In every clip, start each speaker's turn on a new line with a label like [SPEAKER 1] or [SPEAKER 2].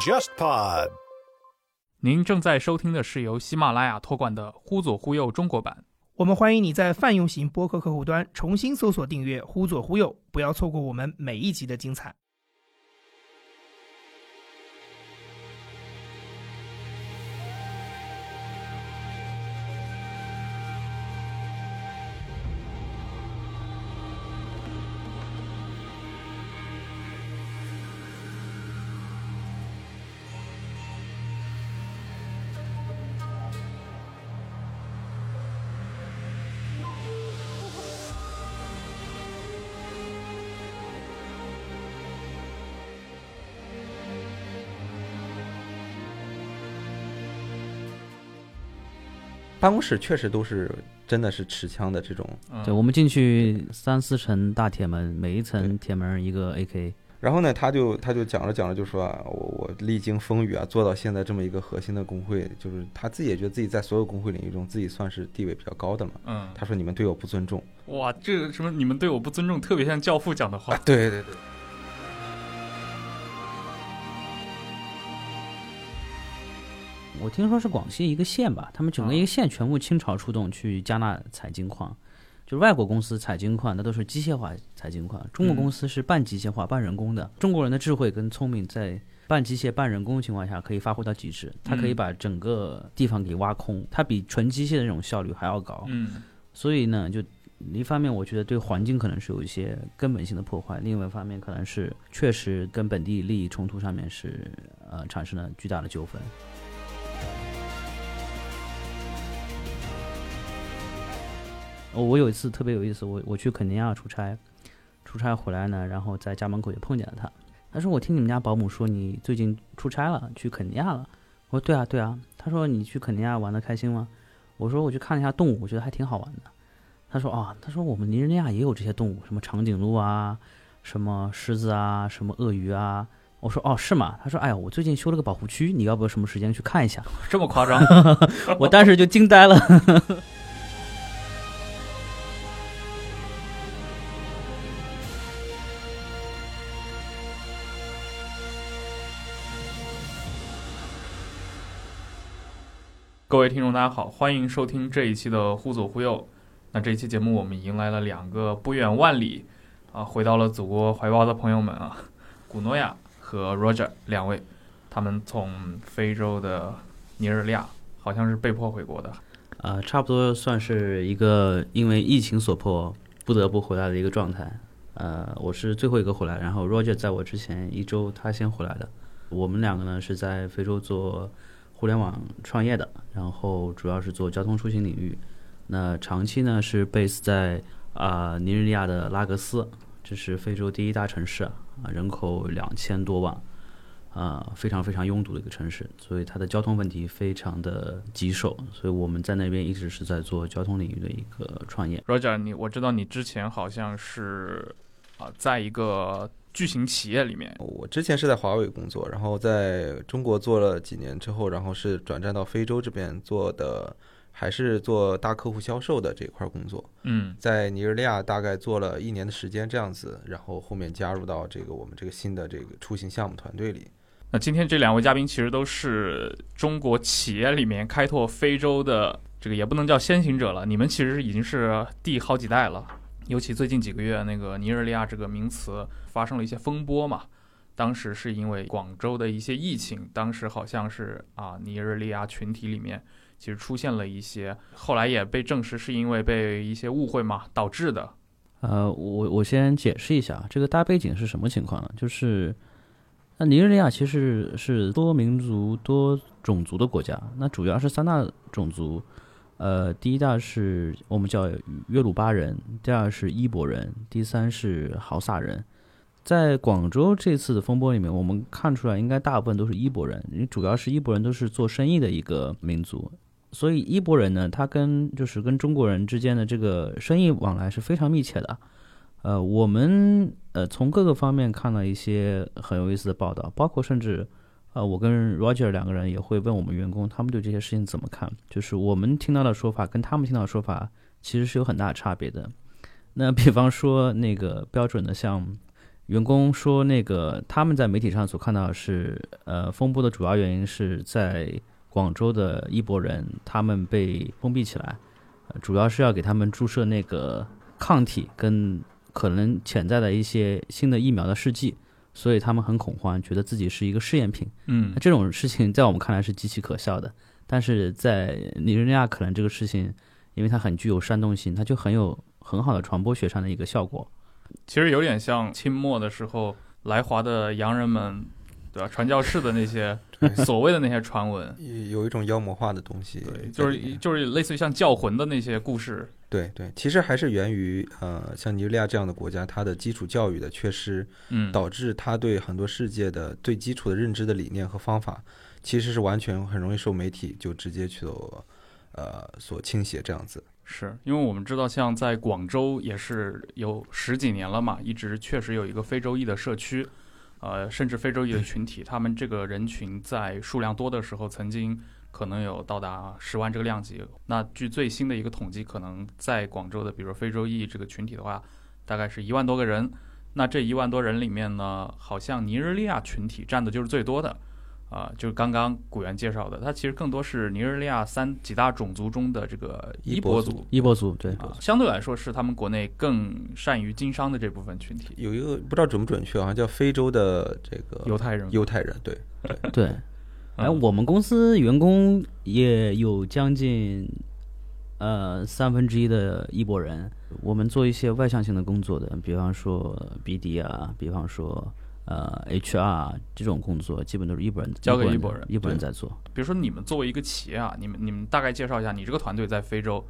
[SPEAKER 1] JustPod。
[SPEAKER 2] 您正在收听的是由喜马拉雅托管的《忽左忽右中国版》。
[SPEAKER 3] 我们欢迎你在泛用型播客客户端重新搜索订阅“忽左忽右”，不要错过我们每一集的精彩。
[SPEAKER 4] 办公室确实都是真的是持枪的这种。
[SPEAKER 2] 嗯
[SPEAKER 5] 对，我们进去三四层大铁门，每一层铁门一个 AK。
[SPEAKER 4] 然后呢，他就他就讲着讲着就说啊，我我历经风雨啊，做到现在这么一个核心的工会，就是他自己也觉得自己在所有工会领域中自己算是地位比较高的嘛。
[SPEAKER 2] 嗯，
[SPEAKER 4] 他说你们对我不尊重
[SPEAKER 2] 哇，这个什么？你们对我不尊重，特别像教父讲的话。
[SPEAKER 4] 对对对对。
[SPEAKER 5] 我听说是广西一个县吧，他们整个一个县全部倾巢出动去加纳采金矿，就外国公司采金矿那都是机械化采金矿，中国公司是半机械化、半人工的。中国人的智慧跟聪明在半机械、半人工的情况下可以发挥到极致，它可以
[SPEAKER 2] 嗯
[SPEAKER 5] 把整个地方给挖空，它比纯机械的那种效率还要高。
[SPEAKER 2] 嗯
[SPEAKER 5] 所以呢，就一方面我觉得对环境可能是有一些根本性的破坏，另外一方面可能是确实跟本地利益冲突上面是呃产生了巨大的纠纷。哦我有一次特别有意思，我我去肯尼亚出差，出差回来呢，然后在家门口也碰见了他。他说：“我听你们家保姆说你最近出差了，去肯尼亚了。”我说：“对啊，对啊。”他说：“你去肯尼亚玩的开心吗？”我说：“我去看了一下动物，我觉得还挺好玩的。”他说：“啊，他说我们尼日利亚也有这些动物，什么长颈鹿啊，什么狮子啊，什么鳄鱼啊。”我说：“哦，是吗？”他说：“哎呀，我最近修了个保护区，你要不要什么时间去看一下
[SPEAKER 2] 这么 夸张？？”
[SPEAKER 5] 我当时就惊呆了。
[SPEAKER 2] 各位听众，大家好，欢迎收听这一期的《忽左忽右》。那这一期节目，我们迎来了两个不远万里啊，回到了祖国怀抱的朋友们啊，古诺亚和 Roger 两位，他们从非洲的尼日利亚，好像是被迫回国的。
[SPEAKER 5] 呃，差不多算是一个因为疫情所迫不得不回来的一个状态。呃，我是最后一个回来，然后 Roger 在我之前一周他先回来的。我们两个呢是在非洲做互联网创业的，然后主要是做交通出行领域。那长期呢是 base 在啊、呃尼日利亚的拉各斯，这是非洲第一大城市啊，人口两千多万，啊，非常非常拥堵的一个城市，所以它的交通问题非常的棘手，所以我们在那边一直是在做交通领域的一个创业。
[SPEAKER 2] Roger，你我知道你之前好像是啊、在一个巨型企业里面，
[SPEAKER 4] 我之前是在华为工作，然后在中国做了几年之后，然后是转战到非洲这边做的，还是做大客户销售的这块工作。
[SPEAKER 2] 嗯
[SPEAKER 4] 在尼日利亚大概做了一年的时间这样子，然后后面加入到这个我们这个新的这个出行项目团队里。
[SPEAKER 2] 那今天这两位嘉宾其实都是中国企业里面开拓非洲的这个也不能叫先行者了，你们其实已经是第好几代了。尤其最近几个月，那个尼日利亚这个名词发生了一些风波嘛，当时是因为广州的一些疫情，当时好像是啊尼日利亚群体里面其实出现了一些，后来也被证实是因为被一些误会嘛导致的。
[SPEAKER 5] 呃，我我先解释一下这个大背景是什么情况呢？就是那尼日利亚其实是多民族、多种族的国家，那主要是三大种族，呃，第一大是我们叫约鲁巴人，第二是伊博人，第三是豪萨人。在广州这次的风波里面，我们看出来应该大部分都是伊博人，因为主要是伊博人都是做生意的一个民族，所以伊博人呢，他跟就是跟中国人之间的这个生意往来是非常密切的。呃，我们呃从各个方面看了一些很有意思的报道，包括甚至呃我跟 Roger 两个人也会问我们员工，他们对这些事情怎么看，就是我们听到的说法跟他们听到的说法其实是有很大的差别的。那比方说那个标准的像员工说，那个他们在媒体上所看到的是，呃，风波的主要原因是在广州的一拨人，他们被封闭起来，呃主要是要给他们注射那个抗体跟可能潜在的一些新的疫苗的试剂，所以他们很恐慌，觉得自己是一个试验品。
[SPEAKER 2] 嗯
[SPEAKER 5] 那这种事情在我们看来是极其可笑的，但是在尼日利亚可能这个事情，因为它很具有煽动性，它就很有很好的传播学上的一个效果。
[SPEAKER 2] 其实有点像清末的时候来华的洋人们，对吧？传教士的那些 所谓的那些传闻，
[SPEAKER 4] 有有一种妖魔化的东西在里面，
[SPEAKER 2] 就是就是类似于像教魂的那些故事。
[SPEAKER 4] 对对，其实还是源于呃，像尼日利亚这样的国家，它的基础教育的缺失，
[SPEAKER 2] 嗯，
[SPEAKER 4] 导致他对很多世界的最基础的认知的理念和方法，其实是完全很容易受媒体就直接去所呃所倾斜这样子。
[SPEAKER 2] 是因为我们知道，像在广州也是有十几年了嘛，一直确实有一个非洲裔的社区，呃，甚至非洲裔的群体，他们这个人群在数量多的时候，曾经可能有到达十万这个量级。那据最新的一个统计，可能在广州的，比如说非洲裔这个群体的话，大概是一万多个人。那这一万多人里面呢，好像尼日利亚群体占的就是最多的。啊、就是刚刚古元介绍的，它其实更多是尼日利亚三几大种族中的这个
[SPEAKER 4] 伊
[SPEAKER 2] 伊
[SPEAKER 4] 博
[SPEAKER 2] 博
[SPEAKER 4] 族
[SPEAKER 2] 族，
[SPEAKER 5] 伊波族对，
[SPEAKER 2] 啊，相对来说是他们国内更善于经商的这部分群体，
[SPEAKER 4] 有一个不知道准不准确，好像叫非洲的这个
[SPEAKER 2] 犹太人。
[SPEAKER 4] 犹太人，对，
[SPEAKER 5] 对，哎，
[SPEAKER 2] 嗯
[SPEAKER 5] 我们公司员工也有将近呃三分之一的一波人。我们做一些外向性的工作的，比方说 BD 啊，比方说呃 HR 这种工作，基本都是一波人
[SPEAKER 2] 交给
[SPEAKER 5] 一
[SPEAKER 2] 一拨人
[SPEAKER 5] 一波人
[SPEAKER 4] 对
[SPEAKER 5] 在做。
[SPEAKER 2] 比如说，你们作为一个企业啊，你们你们大概介绍一下你这个团队在非洲，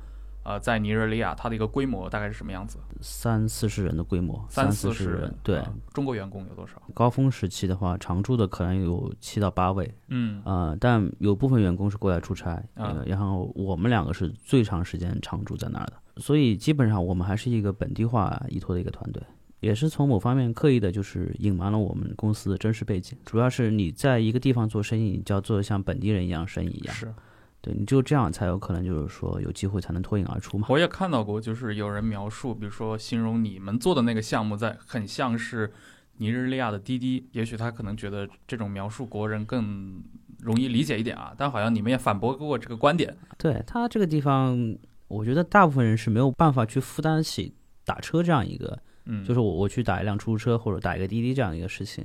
[SPEAKER 2] 呃，在尼日利亚它的一个规模大概是什么样子？
[SPEAKER 5] 三四十人的规模，三
[SPEAKER 2] 四
[SPEAKER 5] 十
[SPEAKER 2] 十人，
[SPEAKER 5] 对。
[SPEAKER 2] 啊中国员工有多少？
[SPEAKER 5] 高峰时期的话，常驻的可能有七到八位，
[SPEAKER 2] 嗯
[SPEAKER 5] 啊，但有部分员工是过来出差，
[SPEAKER 2] 啊
[SPEAKER 5] 呃，然后我们两个是最长时间常驻在那儿的，所以基本上我们还是一个本地化依托的一个团队，也是从某方面刻意的，就是隐瞒了我们公司的真实背景，主要是你在一个地方做生意，你就要做的像本地人一样生意一样，
[SPEAKER 2] 是，
[SPEAKER 5] 对，你就这样才有可能就是说有机会才能脱颖而出嘛。
[SPEAKER 2] 我也看到过，就是有人描述，比如说形容你们做的那个项目在很像是尼日利亚的滴滴，也许他可能觉得这种描述国人更容易理解一点啊，但好像你们也反驳过这个观点。
[SPEAKER 5] 对他这个地方，我觉得大部分人是没有办法去负担得起打车这样一个
[SPEAKER 2] 嗯，
[SPEAKER 5] 就是我我去打一辆出租车或者打一个滴滴这样一个事情，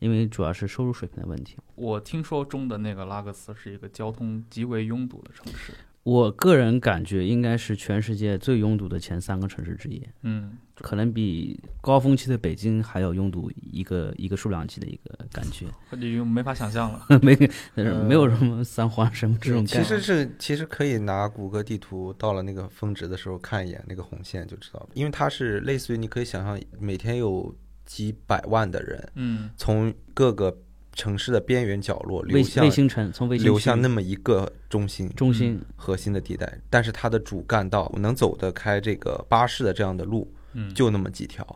[SPEAKER 5] 因为主要是收入水平的问题。
[SPEAKER 2] 我听说中的那个拉各斯是一个交通极为拥堵的城市。
[SPEAKER 5] 我个人感觉应该是全世界最拥堵的前三个城市之一，
[SPEAKER 2] 嗯，
[SPEAKER 5] 可能比高峰期的北京还要拥堵一个一个数量级的一个感觉，
[SPEAKER 2] 已经没法想象了。
[SPEAKER 5] 没没有什么三环什么这种概
[SPEAKER 4] 其
[SPEAKER 5] 念。
[SPEAKER 4] 实是其实可以拿谷歌地图到了那个峰值的时候看一眼那个红线就知道了，因为它是类似于你可以想象每天有几百万的人
[SPEAKER 2] 嗯，
[SPEAKER 4] 从各个城市的边缘角落流
[SPEAKER 5] 卫
[SPEAKER 4] 向
[SPEAKER 5] 卫星城从卫星
[SPEAKER 4] 流向
[SPEAKER 5] 区
[SPEAKER 4] 那么一嗯个中心
[SPEAKER 5] 中心，
[SPEAKER 4] 核心的地带，但是它的主干道能走得开这个巴士的这样的路
[SPEAKER 2] 嗯
[SPEAKER 4] 就那么几条，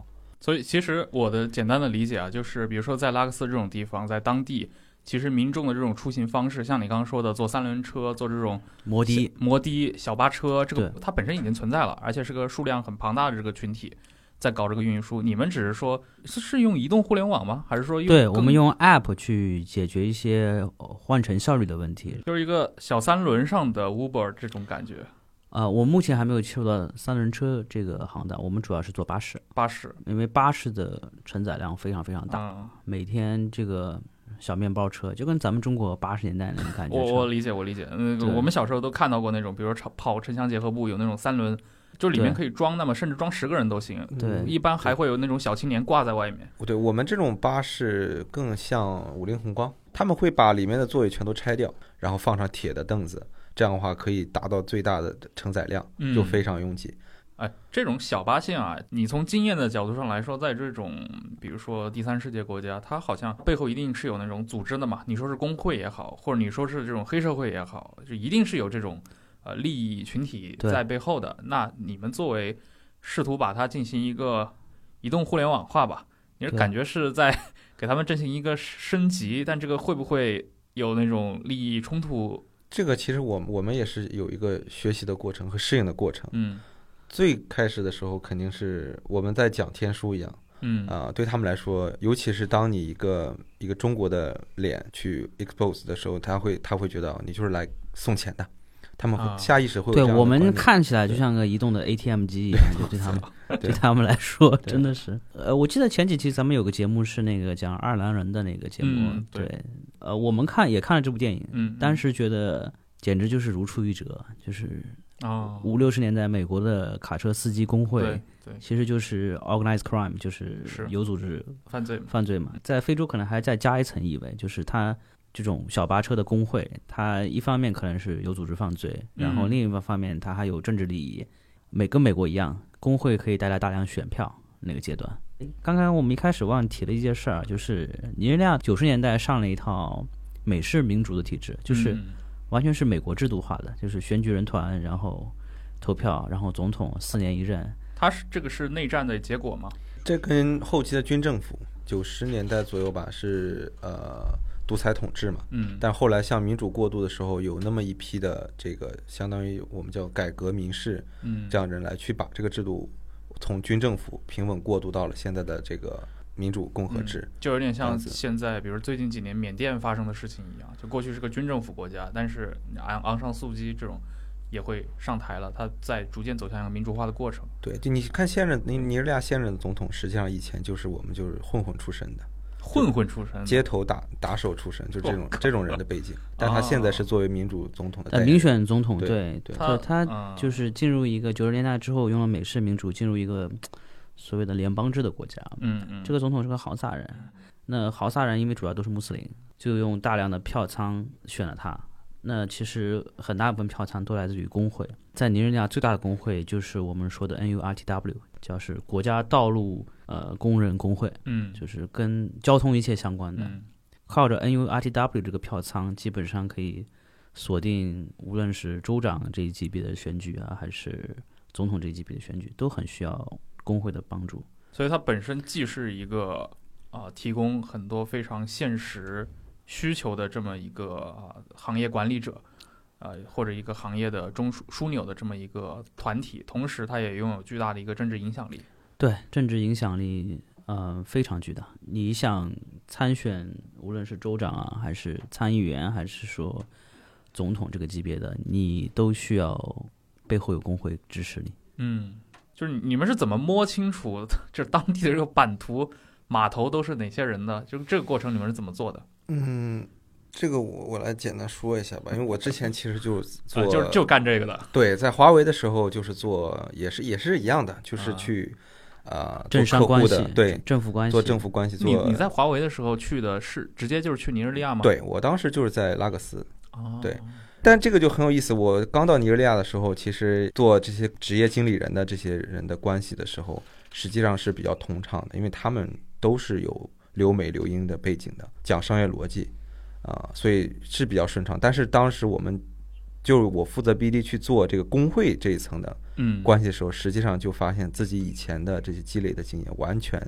[SPEAKER 2] 所以其实我的简单的理解啊，就是比如说在拉各斯这种地方，在当地，其实民众的这种出行方式，像你刚刚说的，坐三轮车，坐这种
[SPEAKER 5] 摩的
[SPEAKER 2] 小摩的、小巴车，这个
[SPEAKER 5] 对
[SPEAKER 2] 它本身已经存在了，而且是个数量很庞大的这个群体。在搞这个运输，你们只是说是是用移动互联网吗？还是说用
[SPEAKER 5] 对我
[SPEAKER 2] 更
[SPEAKER 5] 们用 App 去解决一些呃换乘效率的问题。
[SPEAKER 2] 就是一个小三轮上的 Uber 这种感觉
[SPEAKER 5] 啊、我目前还没有切入到三轮车这个行当，我们主要是做巴士。
[SPEAKER 2] 巴士
[SPEAKER 5] 因为巴士的承载量非常非常大，
[SPEAKER 2] 啊、嗯
[SPEAKER 5] 每天这个小面包车就跟咱们中国八十年代那种感觉
[SPEAKER 2] 我
[SPEAKER 5] 差
[SPEAKER 2] 我理解，我理解。那个
[SPEAKER 5] 对
[SPEAKER 2] 我们小时候都看到过那种，比如说跑跑城乡结合部有那种三轮，就里面
[SPEAKER 5] 对嗯
[SPEAKER 2] 可以装那么甚至装十个人都行。
[SPEAKER 5] 对
[SPEAKER 2] 嗯一般还会有那种小青年挂在外面。
[SPEAKER 4] 对我们这种巴士更像五菱宏光，他们会把里面的座位全都拆掉，然后放上铁的凳子，这样的话可以达到最大的承载量，
[SPEAKER 2] 嗯
[SPEAKER 4] 就非常拥挤。
[SPEAKER 2] 哎，这种小巴线啊，你从经验的角度上来说，在这种比如说第三世界国家，它好像背后一定是有那种组织的嘛。你说是工会也好，或者你说是这种黑社会也好，就一定是有这种呃利益群体
[SPEAKER 5] 对
[SPEAKER 2] 在背后的。那你们作为试图把它进行一个移动互联网化吧，你是
[SPEAKER 5] 对
[SPEAKER 2] 感觉是在给他们进行一个升级，但这个会不会有那种利益冲突？
[SPEAKER 4] 这个其实我我们也是有一个学习的过程和适应的过程。
[SPEAKER 2] 嗯
[SPEAKER 4] 最开始的时候肯定是我们在讲天书一样，
[SPEAKER 2] 嗯
[SPEAKER 4] 啊、对他们来说，尤其是当你一个一个中国的脸去 expose 的时候，他会他会觉得你就是来送钱的，他们
[SPEAKER 2] 啊
[SPEAKER 4] 会下意识会有
[SPEAKER 5] 对
[SPEAKER 4] 这样的
[SPEAKER 5] 我们
[SPEAKER 4] 观念
[SPEAKER 5] 看起来就
[SPEAKER 4] 对
[SPEAKER 5] 像个移动的 ATM 机一样，就对 他们对他们来说真的是。呃，我记得前几期咱们有个节目是那个讲爱尔兰人的那个节目，
[SPEAKER 2] 嗯对
[SPEAKER 5] 对，呃，我们看也看了这部电影，
[SPEAKER 2] 嗯，
[SPEAKER 5] 当时觉得简直就是如出一辙，就是
[SPEAKER 2] 啊，
[SPEAKER 5] 五六十年代美国的卡车司机工会
[SPEAKER 2] 对。对，
[SPEAKER 5] 其实就是 organized crime，就是
[SPEAKER 2] 是
[SPEAKER 5] 有组织
[SPEAKER 2] 犯罪嘛，
[SPEAKER 5] 犯罪嘛，在非洲可能还再加一层意味，就是它这种小巴车的工会，它一方面可能是有组织犯罪，
[SPEAKER 2] 嗯
[SPEAKER 5] 然后另一方面它还有政治利益。美跟美国一样，工会可以带来大量选票那个阶段。刚刚我们一开始忘了提了一件事儿，就是尼日利亚九十年代上了一套美式民主的体制，就是
[SPEAKER 2] 嗯
[SPEAKER 5] 完全是美国制度化的，就是选举人团，然后投票，然后总统四年一任，
[SPEAKER 2] 他是这个是内战的结果吗？
[SPEAKER 4] 这跟后期的军政府，九十年代左右吧，是呃独裁统治嘛。
[SPEAKER 2] 嗯，
[SPEAKER 4] 但后来向民主过渡的时候，有那么一批的这个相当于我们叫改革民事
[SPEAKER 2] 嗯
[SPEAKER 4] 这样人来去把这个制度从军政府平稳过渡到了现在的这个民主共和制。
[SPEAKER 2] 就有点
[SPEAKER 4] 这
[SPEAKER 2] 像
[SPEAKER 4] 样子
[SPEAKER 2] 现在，比如最近几年缅甸发生的事情一样，就过去是个军政府国家，但是昂昂上素姬这种也会上台了，他在逐渐走向一个民主化的过程。
[SPEAKER 4] 对，就你看现任尼尼日利亚现任总统，实际上以前就是我们就是混混出身的，
[SPEAKER 2] 混混出身，
[SPEAKER 4] 街头打打手出身，就这种这种人的背景。但他现在是作为民主总统的代言
[SPEAKER 5] 但民
[SPEAKER 4] 人
[SPEAKER 5] 选总统
[SPEAKER 4] 对
[SPEAKER 5] 对
[SPEAKER 4] 对
[SPEAKER 5] 他
[SPEAKER 2] 他
[SPEAKER 5] 他
[SPEAKER 2] 嗯
[SPEAKER 5] 就是进入一个九十年代之后，用了美式民主进入一个所谓的联邦制的国家。
[SPEAKER 2] 嗯嗯，
[SPEAKER 5] 这个总统是个豪萨人，那豪萨人因为主要都是穆斯林，就用大量的票仓选了他。那其实很大部分票仓都来自于工会，在尼日利亚最大的工会就是我们说的 NURTW，叫是国家道路呃工人工会，
[SPEAKER 2] 嗯
[SPEAKER 5] 就是跟交通一切相关的。
[SPEAKER 2] 嗯
[SPEAKER 5] 靠着 NURTW 这个票仓，基本上可以锁定无论是州长这一级别的选举啊，还是总统这一级别的选举，都很需要工会的帮助。
[SPEAKER 2] 所以它本身既是一个啊、提供很多非常现实需求的这么一个、啊行业管理者，呃，或者一个行业的中枢枢纽的这么一个团体，同时它也拥有巨大的一个政治影响力。
[SPEAKER 5] 对政治影响力，呃，非常巨大。你想参选，无论是州长啊，还是参议员，还是说总统这个级别的，你都需要背后有工会支持你。
[SPEAKER 2] 嗯，就是你们是怎么摸清楚 就是当地的这个版图？码头都是哪些人的？就是这个过程你们是怎么做的？
[SPEAKER 4] 嗯，这个我我来简单说一下吧，因为我之前其实就做、
[SPEAKER 2] 呃，就是就干这个的。
[SPEAKER 4] 对，在华为的时候就是做也是也是一样的，就是
[SPEAKER 2] 啊
[SPEAKER 4] 去啊、呃、
[SPEAKER 5] 政
[SPEAKER 4] 做
[SPEAKER 5] 商
[SPEAKER 4] 客
[SPEAKER 5] 关
[SPEAKER 4] 户
[SPEAKER 5] 系
[SPEAKER 4] 的，对，
[SPEAKER 5] 政府关系，
[SPEAKER 4] 做政府关系
[SPEAKER 2] 你
[SPEAKER 4] 做
[SPEAKER 2] 你在华为的时候去的是直接就是去尼日利亚吗？，
[SPEAKER 4] 对我当时就是在拉各斯，
[SPEAKER 2] 哦、
[SPEAKER 4] 对但这个就很有意思。我刚到尼日利亚的时候，其实做这些职业经理人的这些人的关系的时候，实际上是比较通畅的，因为他们都是有留美留英的背景的，讲商业逻辑啊、所以是比较顺畅。但是当时我们就是我负责 BD 去做这个工会这一层的
[SPEAKER 2] 嗯，
[SPEAKER 4] 关系的时候，实际上就发现自己以前的这些积累的经验完全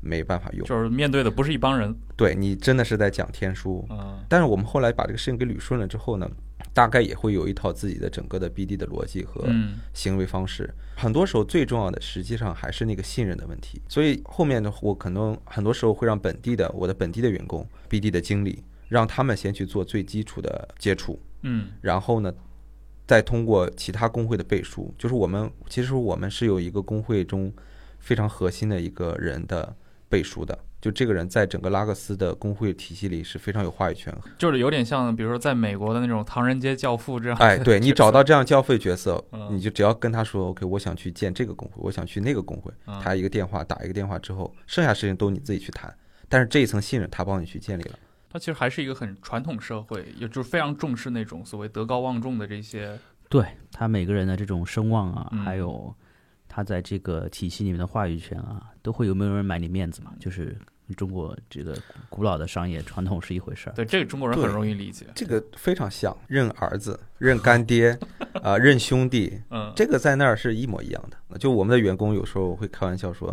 [SPEAKER 4] 没办法用。
[SPEAKER 2] 就是面对的不是一帮人。
[SPEAKER 4] 对你真的是在讲天书，
[SPEAKER 2] 嗯
[SPEAKER 4] 但是我们后来把这个事情给捋顺了之后呢，大概也会有一套自己的整个的 BD 的逻辑和
[SPEAKER 2] 嗯
[SPEAKER 4] 行为方式。很多时候最重要的实际上还是那个信任的问题。所以后面的我可能很多时候会让本地的我的本地的员工、BD 的经理，让他们先去做最基础的接触，
[SPEAKER 2] 嗯
[SPEAKER 4] 然后呢，再通过其他工会的背书，就是我们其实我们是有一个工会中非常核心的一个人的背书的，就这个人在整个拉各斯的工会体系里是非常有话语权。
[SPEAKER 2] 就是有点像，比如说在美国的那种唐人街教父 这样。
[SPEAKER 4] 哎，对你找到这样交费角色
[SPEAKER 2] 嗯，
[SPEAKER 4] 你就只要跟他说，OK，我想去见这个工会，我想去那个工会，
[SPEAKER 2] 嗯
[SPEAKER 4] 他一个电话打一个电话之后，剩下事情都你自己去谈。但是这一层信任他帮你去建立了，
[SPEAKER 2] 它其实还是一个很传统社会，也就是非常重视那种所谓德高望重的这些。
[SPEAKER 5] 对他每个人的这种声望啊，
[SPEAKER 2] 嗯
[SPEAKER 5] 还有他在这个体系里面的话语权啊，都会有没有人买你面子嘛？就是中国这个古老的商业传统是一回事儿。
[SPEAKER 2] 对，这个中国人很容易理解。
[SPEAKER 4] 这个非常像认儿子、认干爹啊、认兄弟，
[SPEAKER 2] 嗯，
[SPEAKER 4] 这个在那儿是一模一样的。就我们的员工有时候会开玩笑说，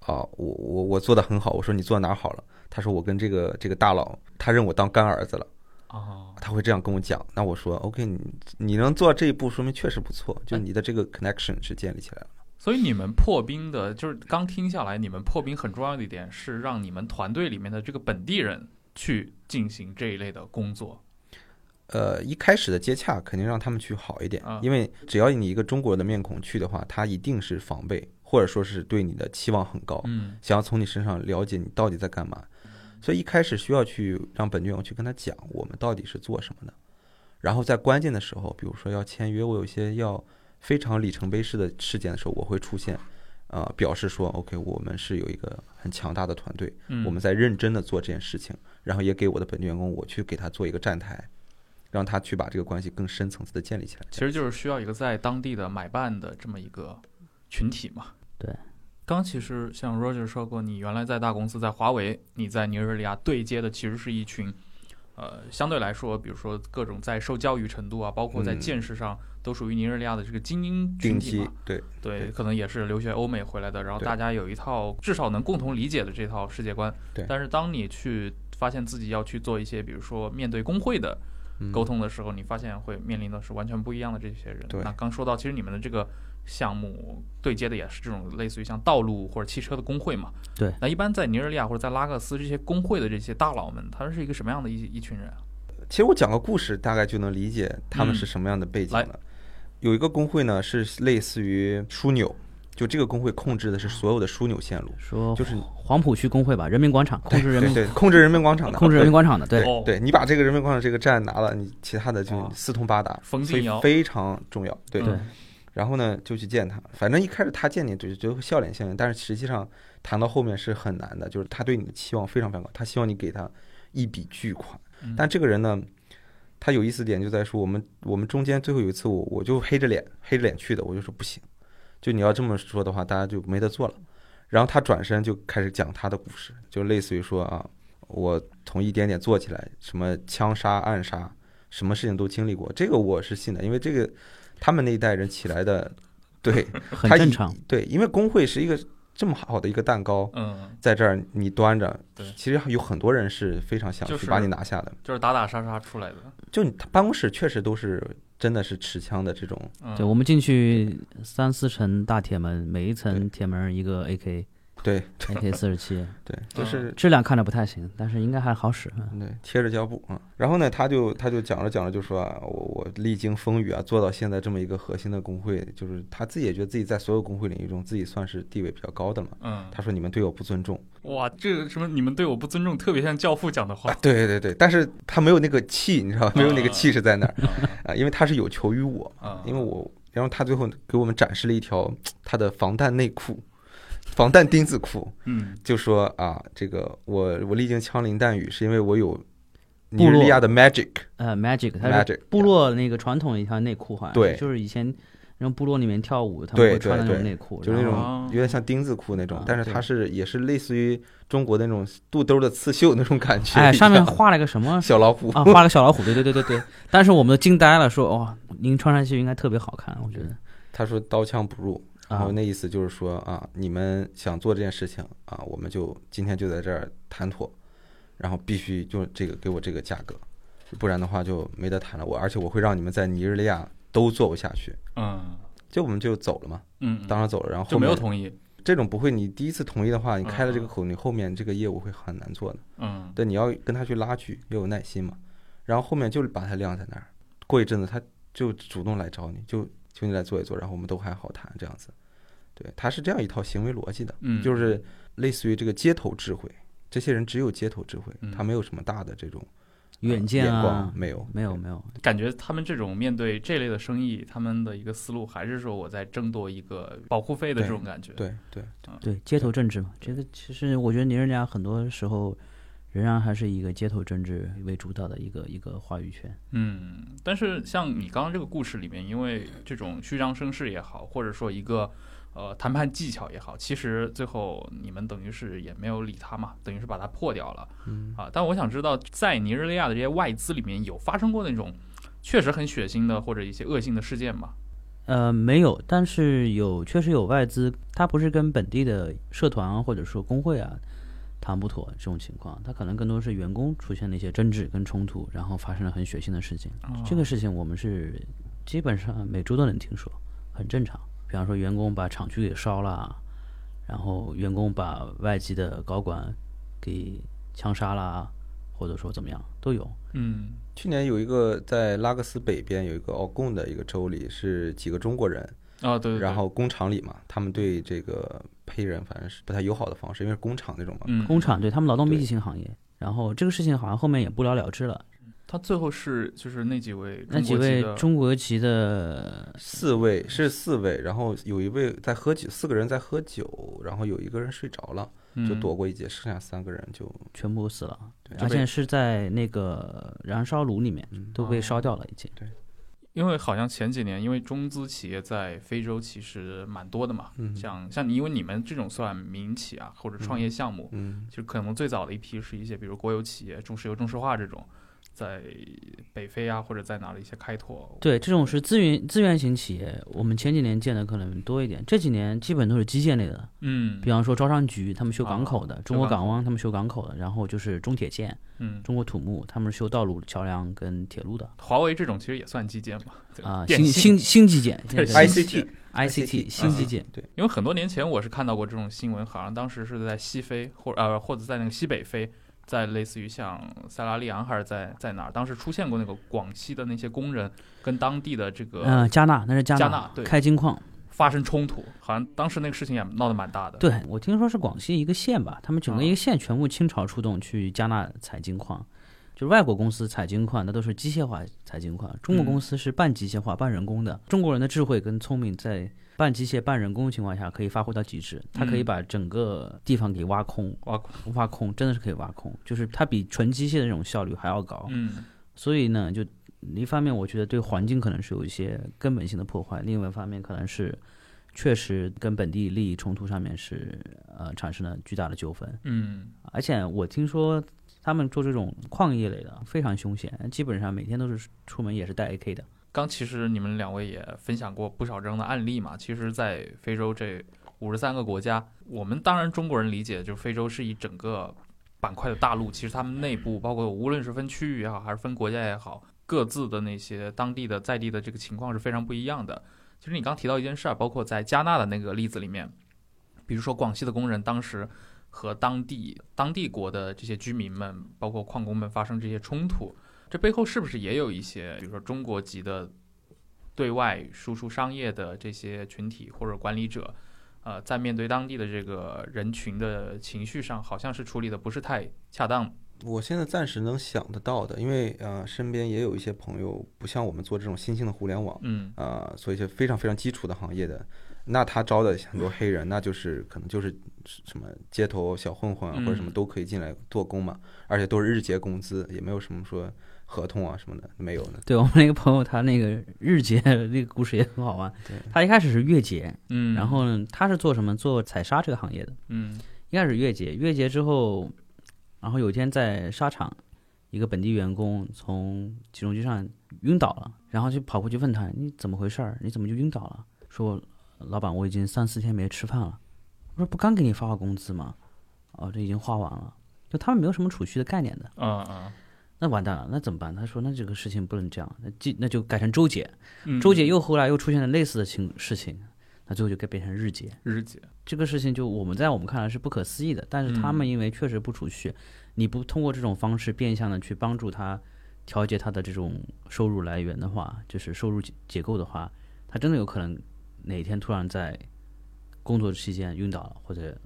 [SPEAKER 4] 啊，我我我做的很好，我说你做哪儿好了？他说我跟这个这个大佬，他认我当干儿子了，
[SPEAKER 2] 哦，
[SPEAKER 4] 他会这样跟我讲。那我说 OK，你你能做到这一步，说明确实不错，就你的这个 connection 是建立起来了。
[SPEAKER 2] 所以你们破冰的，就是刚听下来，你们破冰很重要的一点是让你们团队里面的这个本地人去进行这一类的工作。
[SPEAKER 4] 呃，一开始的接洽肯定让他们去好一点
[SPEAKER 2] 啊，
[SPEAKER 4] 因为只要你一个中国人的面孔去的话，他一定是防备，或者说是对你的期望很高，
[SPEAKER 2] 嗯
[SPEAKER 4] 想要从你身上了解你到底在干嘛，所以一开始需要去让本地员工去跟他讲我们到底是做什么的，然后在关键的时候，比如说要签约，我有一些要非常里程碑式的事件的时候，我会出现，呃，表示说 OK，我们是有一个很强大的团队，
[SPEAKER 2] 嗯，
[SPEAKER 4] 我们在认真的做这件事情，然后也给我的本地员工，我去给他做一个站台，让他去把这个关系更深层次的建立起来。
[SPEAKER 2] 其实就是需要一个在当地的买办的这么一个群体嘛。
[SPEAKER 5] 对。
[SPEAKER 2] 刚其实像 Roger 说过，你原来在大公司，在华为，你在尼日利亚对接的其实是一群，呃，相对来说，比如说各种在受教育程度啊，包括在
[SPEAKER 4] 嗯
[SPEAKER 2] 见识上，都属于尼日利亚的这个精英群
[SPEAKER 4] 定
[SPEAKER 2] 体
[SPEAKER 4] 期
[SPEAKER 2] 嘛。
[SPEAKER 4] 对
[SPEAKER 2] 对，
[SPEAKER 4] 对
[SPEAKER 2] 可能也是留学欧美回来的，然后
[SPEAKER 4] 对
[SPEAKER 2] 大家有一套至少能共同理解的这套世界观。
[SPEAKER 4] 对
[SPEAKER 2] 但是当你去发现自己要去做一些，比如说面对工会的
[SPEAKER 4] 嗯
[SPEAKER 2] 沟通的时候，你发现会面临的是完全不一样的这些人。
[SPEAKER 4] 对
[SPEAKER 2] 那刚说到，其实你们的这个项目对接的也是这种类似于像道路或者汽车的工会嘛。
[SPEAKER 5] 对。
[SPEAKER 2] 那一般在尼日利亚或者在拉各斯这些工会的这些大佬们，他是一个什么样的一一群人啊？
[SPEAKER 4] 其实我讲个故事，大概就能理解他们是什么样的背景
[SPEAKER 2] 嗯
[SPEAKER 4] 了。有一个工会呢，是类似于枢纽，就这个工会控制的
[SPEAKER 5] 啊
[SPEAKER 4] 是所有的枢纽线路，
[SPEAKER 5] 说
[SPEAKER 4] 就是
[SPEAKER 5] 黄浦区工会吧，人民广场哦控制人
[SPEAKER 4] 对
[SPEAKER 5] 民
[SPEAKER 4] 对，控制人民广场的，
[SPEAKER 5] 控制人民广场的，对，
[SPEAKER 2] 哦
[SPEAKER 4] 对你把这个人民广场这个站拿了，你其他的
[SPEAKER 2] 哦
[SPEAKER 4] 就四通八达，
[SPEAKER 2] 冯
[SPEAKER 4] 所
[SPEAKER 2] 敬
[SPEAKER 4] 以
[SPEAKER 2] 尧
[SPEAKER 4] 非常重要。对，
[SPEAKER 5] 对
[SPEAKER 4] 然后呢，就去见他。反正一开始他见你，就觉得笑脸相迎，但是实际上谈到后面是很难的，就是他对你的期望非常非常高，他希望你给他一笔巨款。
[SPEAKER 2] 嗯
[SPEAKER 4] 但这个人呢，他有意思点就在说，我们我们中间最后有一次我，我就黑着脸黑着脸去的，我就说不行，就你要这么说的话，大家就没得做了。然后他转身就开始讲他的故事，就类似于说啊，我从一点点做起来，什么枪杀、暗杀，什么事情都经历过。这个我是信的，因为这个他们那一代人起来的，对
[SPEAKER 5] 很
[SPEAKER 4] 他
[SPEAKER 5] 正
[SPEAKER 4] 一嗯
[SPEAKER 5] 常。
[SPEAKER 4] 对，因为工会是一个这么好的一个蛋糕，
[SPEAKER 2] 嗯，
[SPEAKER 4] 在这儿你端着
[SPEAKER 2] 对，
[SPEAKER 4] 其实有很多人是非常想
[SPEAKER 2] 就是
[SPEAKER 4] 去把你拿下的。
[SPEAKER 2] 就是打打杀杀出来的。
[SPEAKER 4] 就你办公室确实都是真的是持枪的这种，
[SPEAKER 2] 嗯，
[SPEAKER 5] 对我们进去三四层大铁门，每一层
[SPEAKER 4] 对
[SPEAKER 5] 铁门一个 AK
[SPEAKER 4] 对
[SPEAKER 5] AK 四十七，
[SPEAKER 4] 对，
[SPEAKER 2] 嗯
[SPEAKER 4] 就是
[SPEAKER 5] 质量看着不太行，但是应该还好使。
[SPEAKER 4] 对，贴着胶布啊、嗯然后呢，他就他就讲着讲着就说啊，我我历经风雨啊，做到现在这么一个核心的工会，就是他自己也觉得自己在所有工会领域中自己算是地位比较高的嘛。
[SPEAKER 2] 嗯，
[SPEAKER 4] 他说你们对我不尊重
[SPEAKER 2] 哇，这个什么你们对我不尊重，特别像教父讲的话
[SPEAKER 4] 啊，。对对对，但是他没有那个气，你知
[SPEAKER 5] 啊
[SPEAKER 4] 道吧？没有那个气势在那儿
[SPEAKER 2] 嗯
[SPEAKER 4] 啊，因为他是有求于我，
[SPEAKER 2] 啊，
[SPEAKER 4] 因为我，然后他最后给我们展示了一条他的防弹内裤，防弹钉子裤，
[SPEAKER 2] 嗯
[SPEAKER 4] 就说啊，这个我我历经枪林弹雨，是因为我有尼
[SPEAKER 5] 部
[SPEAKER 4] 日
[SPEAKER 5] 落
[SPEAKER 4] 利亚的 magic
[SPEAKER 5] 呃，Magic，它是
[SPEAKER 4] magic
[SPEAKER 5] 部落那个传统一条内裤，好像是
[SPEAKER 4] 对
[SPEAKER 5] 就是以前那种部落里面跳舞他们
[SPEAKER 4] 对
[SPEAKER 5] 会穿的那
[SPEAKER 4] 对
[SPEAKER 5] 种
[SPEAKER 4] 对
[SPEAKER 5] 内裤，
[SPEAKER 4] 就是那
[SPEAKER 5] 然后
[SPEAKER 2] 哦
[SPEAKER 4] 种有点像钉子裤那种
[SPEAKER 5] 啊，
[SPEAKER 4] 但是它
[SPEAKER 5] 对
[SPEAKER 4] 是也是类似于中国那种肚兜的刺绣那种感觉一样，
[SPEAKER 5] 哎，上面画了个 什么
[SPEAKER 4] 小老虎
[SPEAKER 5] 啊，画了个小老虎，对对对对对。但是我们都惊呆了，说哇，您穿上去应该特别好看，我觉得
[SPEAKER 4] 他说刀枪不入，然
[SPEAKER 5] 啊
[SPEAKER 4] 后，那意思就是说啊，你们想做这件事情啊，我们就今天就在这儿谈妥，然后必须就这个给我这个价格，不然的话就没得谈了。我而且我会让你们在尼日利亚都做不下去。
[SPEAKER 2] 嗯
[SPEAKER 4] 就我们就走了嘛，
[SPEAKER 2] 嗯，
[SPEAKER 4] 当场走了，然后
[SPEAKER 2] 就
[SPEAKER 4] 后
[SPEAKER 2] 没有
[SPEAKER 4] 面
[SPEAKER 2] 同意。
[SPEAKER 4] 这种不会，你第一次同意的话，你开了这
[SPEAKER 2] 嗯
[SPEAKER 4] 个口，你后面这个业务会很难做的。
[SPEAKER 2] 嗯，
[SPEAKER 4] 对，你要跟他去拉锯，要有耐心嘛。然后后面就把他晾在那儿，过一阵子他就主动来找你，就请你来坐一坐，然后我们都还好谈这样子。对，他是这样一套行为逻辑的，
[SPEAKER 2] 嗯，
[SPEAKER 4] 就是类似于这个街头智慧，这些人只有街头智慧，
[SPEAKER 2] 嗯
[SPEAKER 4] 他没有什么大的这种
[SPEAKER 5] 远见
[SPEAKER 4] 眼
[SPEAKER 5] 啊
[SPEAKER 4] 光，，没有，
[SPEAKER 5] 没有没有，
[SPEAKER 2] 感觉他们这种面对这类的生意，他们的一个思路还是说我在争夺一个保护费的这种感觉。，
[SPEAKER 4] 对对
[SPEAKER 5] 对街头政治嘛，这个其实我觉得尼日利亚很多时候仍然还是以一个街头政治为主导的一个一个话语权。
[SPEAKER 2] 嗯，但是像你刚刚这个故事里面，因为这种虚张声势也好，或者说一个呃谈判技巧也好，其实最后你们等于是也没有理他嘛，等于是把它破掉了。
[SPEAKER 4] 嗯
[SPEAKER 2] 啊，但我想知道，在尼日利亚的这些外资里面，有发生过那种确实很血腥的或者一些恶性的事件吗？
[SPEAKER 5] 呃，没有，但是有确实有外资，他不是跟本地的社团啊或者说工会啊谈不妥这种情况，他可能更多是员工出现了一些争执跟冲突，然后发生了很血腥的事情。这个事情我们是基本上每周都能听说，很正常。比比方说员工把厂区给烧了，然后员工把外籍的高管给枪杀啦，或者说怎么样都有。
[SPEAKER 2] 嗯
[SPEAKER 4] 去年有一个在拉各斯北边有一个奥贡的一个州里是几个中国人，
[SPEAKER 2] 啊，对对对，
[SPEAKER 4] 然后工厂里嘛，他们对这个黑人反正是不太友好的方式，因为是工厂那种嘛。
[SPEAKER 2] 嗯，
[SPEAKER 5] 工厂对他们劳动密集
[SPEAKER 4] 对
[SPEAKER 5] 型行业，然后这个事情好像后面也不了了之了。
[SPEAKER 2] 他最后是就是那几位
[SPEAKER 5] 那
[SPEAKER 2] 中
[SPEAKER 5] 几
[SPEAKER 2] 国籍
[SPEAKER 5] 位
[SPEAKER 2] 的
[SPEAKER 5] 中国籍的，
[SPEAKER 4] 四位是四位，然后有一位在喝酒，四个人在喝酒，然后有一个人睡着了，就
[SPEAKER 2] 嗯
[SPEAKER 4] 躲过一劫，剩下三个人就
[SPEAKER 5] 全部死了，
[SPEAKER 4] 对
[SPEAKER 5] 而且是在那个燃烧炉里面
[SPEAKER 4] 嗯
[SPEAKER 5] 都被
[SPEAKER 2] 哦
[SPEAKER 5] 烧掉了，已经。
[SPEAKER 2] 因为好像前几年，因为中资企业在非洲其实蛮多的嘛，
[SPEAKER 4] 嗯
[SPEAKER 2] 像像你因为你们这种算民企啊，或者创业项目，
[SPEAKER 4] 嗯
[SPEAKER 2] 就可能最早的一批是一些比如国有企业、中石油、中石化这种，在北非啊或者在哪的一些开拓。
[SPEAKER 5] 对，这种是资源资源型企业，我们前几年见的可能多一点，这几年基本都是基建类的，
[SPEAKER 2] 嗯
[SPEAKER 5] 比方说招商局他们修港
[SPEAKER 2] 啊
[SPEAKER 5] 口的，中
[SPEAKER 2] 修
[SPEAKER 5] 国
[SPEAKER 2] 港
[SPEAKER 5] 港湾他们修港口的，然后就是中铁建、
[SPEAKER 2] 嗯，
[SPEAKER 5] 中国土木他们是修道路、桥梁跟铁路的
[SPEAKER 2] 华为这种其实也算基建嘛，对吧
[SPEAKER 5] 啊，
[SPEAKER 2] 电
[SPEAKER 5] 新
[SPEAKER 2] 信
[SPEAKER 5] 新新基建
[SPEAKER 2] 对
[SPEAKER 5] 对
[SPEAKER 2] 新
[SPEAKER 4] ICT
[SPEAKER 5] ICT 新
[SPEAKER 2] 嗯
[SPEAKER 5] 基建，
[SPEAKER 4] 对，
[SPEAKER 2] 因为很多年前我是看到过这种新闻，好像当时是在西非或呃或者在那个西北非，在类似于像塞拉利昂还是在在哪儿，当时出现过那个广西的那些工人跟当地的这
[SPEAKER 5] 嗯，
[SPEAKER 2] 个
[SPEAKER 5] 加纳那是加
[SPEAKER 2] 加纳对
[SPEAKER 5] 开金矿，
[SPEAKER 2] 发生冲突，好像当时那个事情也闹得蛮大的。，嗯
[SPEAKER 5] 对我听说是广西一个县吧，他们整个一个县全部倾巢出动去加纳采金矿，就外国公司采金矿那都是机械化采金矿，中国
[SPEAKER 2] 嗯
[SPEAKER 5] 公司是半机械化、半人工的。中国人的智慧跟聪明在半机械、半人工的情况下可以发挥到极致，它可以
[SPEAKER 2] 嗯
[SPEAKER 5] 把整个地方给挖空，
[SPEAKER 2] 哇，
[SPEAKER 5] 挖空真的是可以挖空，就是它比纯机械的那种效率还要高。
[SPEAKER 2] 嗯
[SPEAKER 5] 所以呢，就一方面我觉得对环境可能是有一些根本性的破坏，另外一方面可能是确实跟本地利益冲突上面是呃产生了巨大的纠纷。
[SPEAKER 2] 嗯，
[SPEAKER 5] 而且我听说他们做这种矿业类的非常凶险，基本上每天都是出门也是带 AK 的。
[SPEAKER 2] 刚其实你们两位也分享过不少这样的案例嘛。其实，在非洲这五十三个国家，我们当然中国人理解，就是非洲是一整个板块的大陆。其实他们内部，包括无论是分区域也好，还是分国家也好，各自的那些当地的在地的这个情况是非常不一样的。其实你刚提到一件事儿，包括在加纳的那个例子里面，比如说广西的工人当时和当地当地国的这些居民们，包括矿工们发生这些冲突，这背后是不是也有一些，比如说中国籍的对外输出商业的这些群体或者管理者，呃，在面对当地的这个人群的情绪上，好像是处理的不是太恰当。
[SPEAKER 4] 我现在暂时能想得到的，因为呃身边也有一些朋友不像我们做这种新兴的互联网，
[SPEAKER 2] 嗯
[SPEAKER 4] 啊，所以就非常非常基础的行业的，那他招的很多黑人，那就是可能就是什么街头小混混啊，或者什么
[SPEAKER 2] 嗯
[SPEAKER 4] 都可以进来做工嘛，而且都是日结工资，也没有什么说合同啊什么的，没有的。
[SPEAKER 5] 对我们那个朋友，他那个日结那个故事也很好玩
[SPEAKER 4] 对。
[SPEAKER 5] 他一开始是月结，
[SPEAKER 2] 嗯，
[SPEAKER 5] 然后呢，他是做什么？做采砂这个行业的。
[SPEAKER 2] 嗯
[SPEAKER 5] 一开始越界，越界之后，然后有一天在沙场，一个本地员工从起重机上晕倒了，然后就跑过去问他：“你怎么回事儿？你怎么就晕倒了？”说：“老板，我已经三四天没吃饭了。”我说：“不刚给你发过工资吗？”哦，这已经花完了。就他们没有什么储蓄的概念的，
[SPEAKER 2] 啊啊，
[SPEAKER 5] 那完蛋了，那怎么办？他说：“那这个事情不能这样，那就那就改成周结。
[SPEAKER 2] 嗯
[SPEAKER 5] 周结又后来又出现了类似的情事情，那最后就该变成日结。
[SPEAKER 2] 日结，
[SPEAKER 5] 这个事情就我们在我们看来是不可思议的，但是他们因为确实不储蓄，你不通过这种方式变相的去帮助他调节他的这种收入来源的话，就是收入结结构的话，他真的有可能哪天突然在工作期间晕倒了或者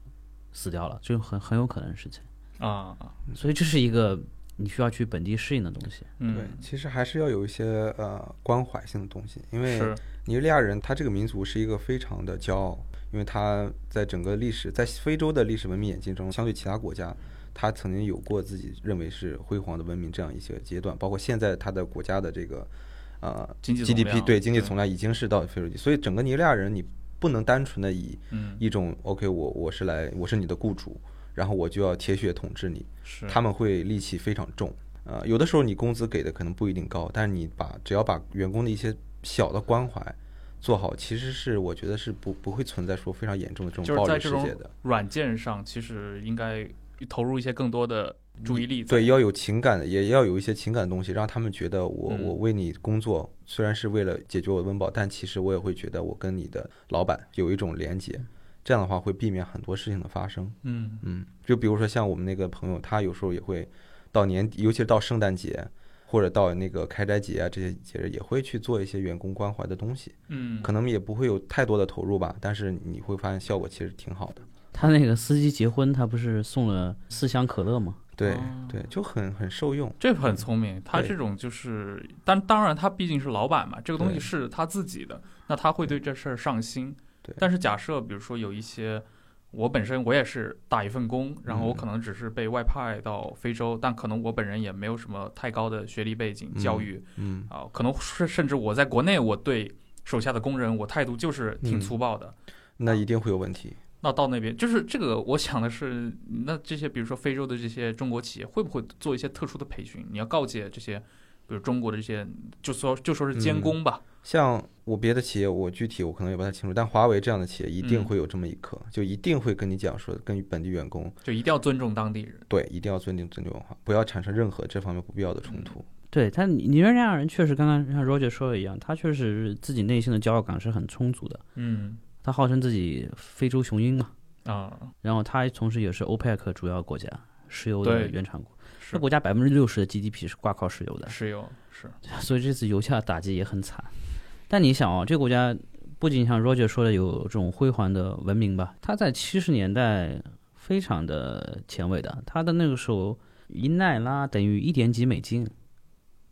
[SPEAKER 5] 死掉了，这种很很有可能的事情。
[SPEAKER 2] 啊啊，
[SPEAKER 5] 所以这是一个你需要去本地适应的东西。
[SPEAKER 4] 对
[SPEAKER 2] 嗯，，
[SPEAKER 4] 其实还是要有一些呃关怀性的东西，因为
[SPEAKER 2] 是，
[SPEAKER 4] 尼日利亚人他这个民族是一个非常的骄傲，因为他在整个历史，在非洲的历史文明演进中，相对其他国家，他曾经有过自己认为是辉煌的文明这样一些阶段，包括现在他的国家的这个呃
[SPEAKER 2] 经济总
[SPEAKER 4] GDP
[SPEAKER 2] 量
[SPEAKER 4] 对经济
[SPEAKER 2] 对
[SPEAKER 4] 总量已经是到非洲级，所以整个尼日利亚人你不能单纯的以
[SPEAKER 2] 嗯，
[SPEAKER 4] 一种 OK 我我是来我是你的雇主，然后我就要铁血统治你，
[SPEAKER 2] 是，
[SPEAKER 4] 他们会戾气非常重。呃，有的时候你工资给的可能不一定高，但是你把只要把员工的一些小的关怀做好，其实是我觉得是不不会存在说非常严重的这
[SPEAKER 2] 就
[SPEAKER 4] 种
[SPEAKER 2] 是
[SPEAKER 4] 暴
[SPEAKER 2] 在
[SPEAKER 4] 力
[SPEAKER 2] 这
[SPEAKER 4] 事
[SPEAKER 2] 种
[SPEAKER 4] 件的。
[SPEAKER 2] 软件上，其实应该投入一些更多的注意力在。
[SPEAKER 4] 对，要有情感的，也要有一些情感的东西，让他们觉得我、
[SPEAKER 2] 嗯
[SPEAKER 4] 我为你工作，虽然是为了解决我的温饱，但其实我也会觉得我跟你的老板有一种连结，这样的话会避免很多事情的发生。
[SPEAKER 2] 嗯
[SPEAKER 4] 嗯，就比如说像我们那个朋友，他有时候也会到年底，尤其是到圣诞节或者到那个开斋节啊这些节日，也会去做一些员工关怀的东西，
[SPEAKER 2] 嗯，
[SPEAKER 4] 可能也不会有太多的投入吧，但是你会发现效果其实挺好的。
[SPEAKER 5] 他那个司机结婚，他不是送了四箱可乐吗？
[SPEAKER 4] 对
[SPEAKER 2] 哦
[SPEAKER 4] 对，就很很受用。
[SPEAKER 2] 这很聪明。他
[SPEAKER 4] 对
[SPEAKER 2] 这种就是，但当然他毕竟是老板嘛，这个东西
[SPEAKER 4] 对
[SPEAKER 2] 是他自己的，那他会对这事儿上心
[SPEAKER 4] 对。
[SPEAKER 2] 但是假设比如说有一些，我本身我也是打一份工，然
[SPEAKER 4] 嗯
[SPEAKER 2] 后我可能只是被外派到非洲，但可能我本人也没有什么太高的学历背景、
[SPEAKER 4] 嗯
[SPEAKER 2] 教育，
[SPEAKER 4] 嗯，
[SPEAKER 2] 啊、可能是甚至我在国内，我对手下的工人，我态度就是挺
[SPEAKER 4] 嗯
[SPEAKER 2] 粗暴的。
[SPEAKER 4] 那一定会有问题。
[SPEAKER 2] 那到那边，就是这个，我想的是，那这些比如说非洲的这些中国企业，会不会做一些特殊的培训？你要告诫这些，比如中国的这些，就说就说是
[SPEAKER 5] 嗯
[SPEAKER 2] 监工吧，
[SPEAKER 4] 像我别的企业，我具体我可能也不太清楚，但华为这样的企业一定
[SPEAKER 2] 嗯
[SPEAKER 4] 会有这么一课，就一定会跟你讲说，跟本地员工
[SPEAKER 2] 就一定要尊重当地人。
[SPEAKER 4] 对，一定要尊敬尊重文化，不要产生任何这方面不必要的冲突。
[SPEAKER 5] 对他，尼尼日利亚人确实，刚刚像 Roger 说的一样，他确实自己内心的骄傲感是很充足的。
[SPEAKER 2] 嗯
[SPEAKER 5] 他号称自己非洲雄鹰嘛，
[SPEAKER 2] 啊，
[SPEAKER 5] 然后他同时也是欧佩克主要国家石油的
[SPEAKER 2] 对
[SPEAKER 5] 原产国。
[SPEAKER 2] 是
[SPEAKER 5] 这国家百分之六十的 GDP 是挂靠石油的，
[SPEAKER 2] 石油是，
[SPEAKER 5] 所以这次油价打击也很惨。但你想哦，这个国家不仅像 Roger 说的有这种辉煌的文明吧，它在七十年代非常的前卫的，它的那个时候一奈拉等于一点几美金，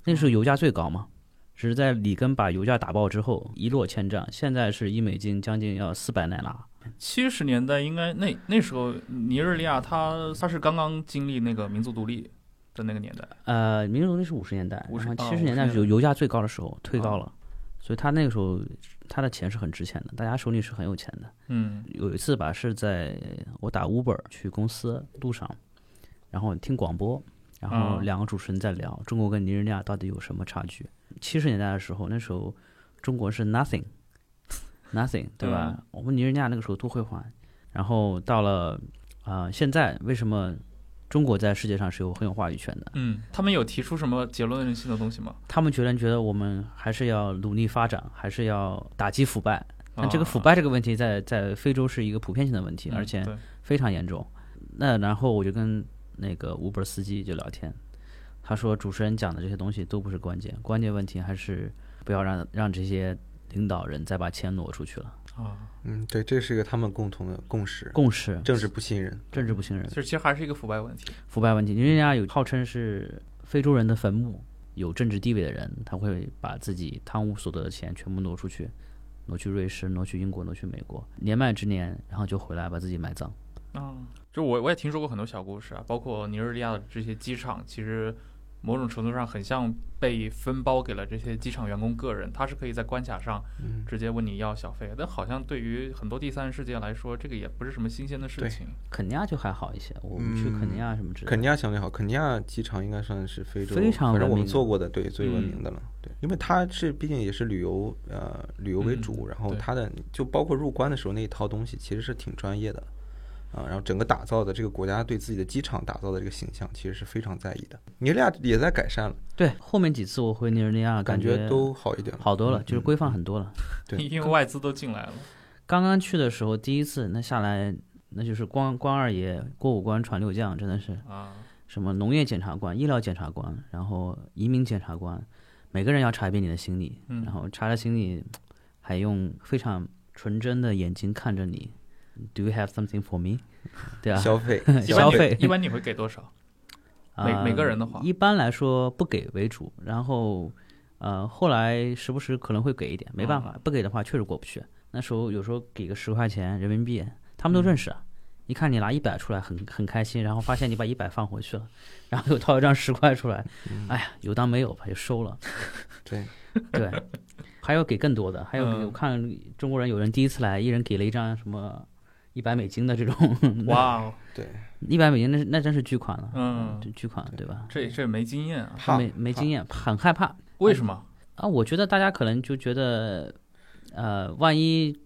[SPEAKER 5] 那时候油价最高嘛。只是在里根把油价打爆之后一落千丈，现在是一美金将近要四百奈拉。
[SPEAKER 2] 七十年代应该那那时候尼日利亚它它是刚刚经历那个民族独立的那个年代，
[SPEAKER 5] 呃，民主独立是五十年代，
[SPEAKER 2] 50
[SPEAKER 5] 然后
[SPEAKER 2] 哦
[SPEAKER 5] 七十年代
[SPEAKER 2] 50
[SPEAKER 5] 是油价最高的时候，退高
[SPEAKER 2] 哦
[SPEAKER 5] 了，所以他那个时候他的钱是很值钱的，大家手里是很有钱的。
[SPEAKER 2] 嗯
[SPEAKER 5] 有一次吧，是在我打 Uber 去公司路上，然后听广播，然后
[SPEAKER 2] 嗯
[SPEAKER 5] 两个主持人在聊中国跟尼日利亚到底有什么差距。七十年代的时候，那时候中国是 nothing nothing，对吧？
[SPEAKER 2] 嗯
[SPEAKER 5] 我们尼日利亚那个时候多辉煌。然后到了啊、呃现在为什么中国在世界上是有很有话语权的？
[SPEAKER 2] 嗯，他们有提出什么结论性的东西吗？
[SPEAKER 5] 他们觉得觉得我们还是要努力发展，还是要打击腐败。但这个腐
[SPEAKER 2] 啊
[SPEAKER 5] 败这个问题在在非洲是一个普遍性的问题，而
[SPEAKER 2] 嗯
[SPEAKER 5] 且
[SPEAKER 2] 对
[SPEAKER 5] 非常严重。那然后我就跟那个 Uber 司机就聊天，他说主持人讲的这些东西都不是关键，关键问题还是不要让让这些领导人再把钱挪出去了。
[SPEAKER 2] 啊，
[SPEAKER 4] 嗯，对，这是一个他们共同的共识，
[SPEAKER 5] 共识，
[SPEAKER 4] 政治不信任。
[SPEAKER 5] 政治不信任
[SPEAKER 2] 就，是其实还是一个腐败问题。
[SPEAKER 5] 腐败问题，因为人家有号称是非洲人的坟墓，有政治地位的人，他会把自己贪污所得的钱全部挪出去，挪去瑞士，挪去英国，挪去美国，年迈之年，然后就回来把自己埋葬。
[SPEAKER 2] 嗯，就我我也听说过很多小故事啊，包括尼日利亚的这些机场，其实某种程度上很像被分包给了这些机场员工个人，他是可以在关卡上
[SPEAKER 4] 嗯，
[SPEAKER 2] 直接问你要小费，但好像对于很多第三世界来说，这个也不是什么新鲜的事
[SPEAKER 4] 对
[SPEAKER 2] 情。
[SPEAKER 5] 肯尼亚就还好一些，我们去肯尼亚什么之类的。
[SPEAKER 4] 肯尼亚相对好，肯尼亚机场应该算是非洲，
[SPEAKER 5] 非常
[SPEAKER 4] 反正我
[SPEAKER 5] 文明嗯
[SPEAKER 4] 们
[SPEAKER 5] 的
[SPEAKER 4] 做过的对最文明的了。对，因为它是毕竟也是旅游呃旅游为主，
[SPEAKER 2] 嗯
[SPEAKER 4] 然后
[SPEAKER 2] 对
[SPEAKER 4] 它的就包括入关的时候那一套东西其实是挺专业的啊、然后整个打造的这个国家对自己的机场打造的这个形象其实是非常在意的。尼日利亚也在改善了，
[SPEAKER 5] 对，后面几次我回尼日利亚，
[SPEAKER 4] 感
[SPEAKER 5] 觉
[SPEAKER 4] 觉都好一点了。
[SPEAKER 5] 好多了，
[SPEAKER 4] 嗯
[SPEAKER 5] 就是规范很多了。
[SPEAKER 4] 对
[SPEAKER 2] 因为外资都进来了，
[SPEAKER 5] 刚刚去的时候，第一次那下来，那就是光光二爷过五关闯六将，真的是
[SPEAKER 2] 啊，
[SPEAKER 5] 什么农业检察官、医疗检察官，然后移民检察官，每个人要查一遍你的行李，
[SPEAKER 2] 嗯
[SPEAKER 5] 然后查了行李，还用非常纯真的眼睛看着你，Do you have something for me？对啊，
[SPEAKER 4] 消费
[SPEAKER 2] 一般
[SPEAKER 5] 消
[SPEAKER 2] 你
[SPEAKER 5] 费
[SPEAKER 2] 一般你会给多少？每
[SPEAKER 5] 呃
[SPEAKER 2] 每个人的话
[SPEAKER 5] 一般来说不给为主，然后呃后来时不时可能会给一点，没办法，
[SPEAKER 2] 嗯
[SPEAKER 5] 不给的话确实过不去。那时候有时候给个十块钱人民币，他们都认识
[SPEAKER 2] 嗯
[SPEAKER 5] 啊。一看你拿一百出来很很开心，然后发现你把一百放回去了，然后又掏一张十块出来，
[SPEAKER 2] 嗯
[SPEAKER 5] 哎呀，有当没有吧，就 收了。
[SPEAKER 4] 对，
[SPEAKER 5] 对，还有给更多的，还有给
[SPEAKER 2] 嗯
[SPEAKER 5] 我看中国人有人第一次来，一人给了一张什么一百美金的这种，
[SPEAKER 4] 嗯
[SPEAKER 2] 哇哦，
[SPEAKER 5] 一百美金那是那真是巨款了，
[SPEAKER 2] 嗯
[SPEAKER 5] 就巨款对吧？
[SPEAKER 2] 这这没经验啊？
[SPEAKER 4] 怕
[SPEAKER 5] 没没
[SPEAKER 4] 怕
[SPEAKER 5] 经验，很害怕
[SPEAKER 2] 为什么？
[SPEAKER 5] 啊！我觉得大家可能就觉得，呃，万一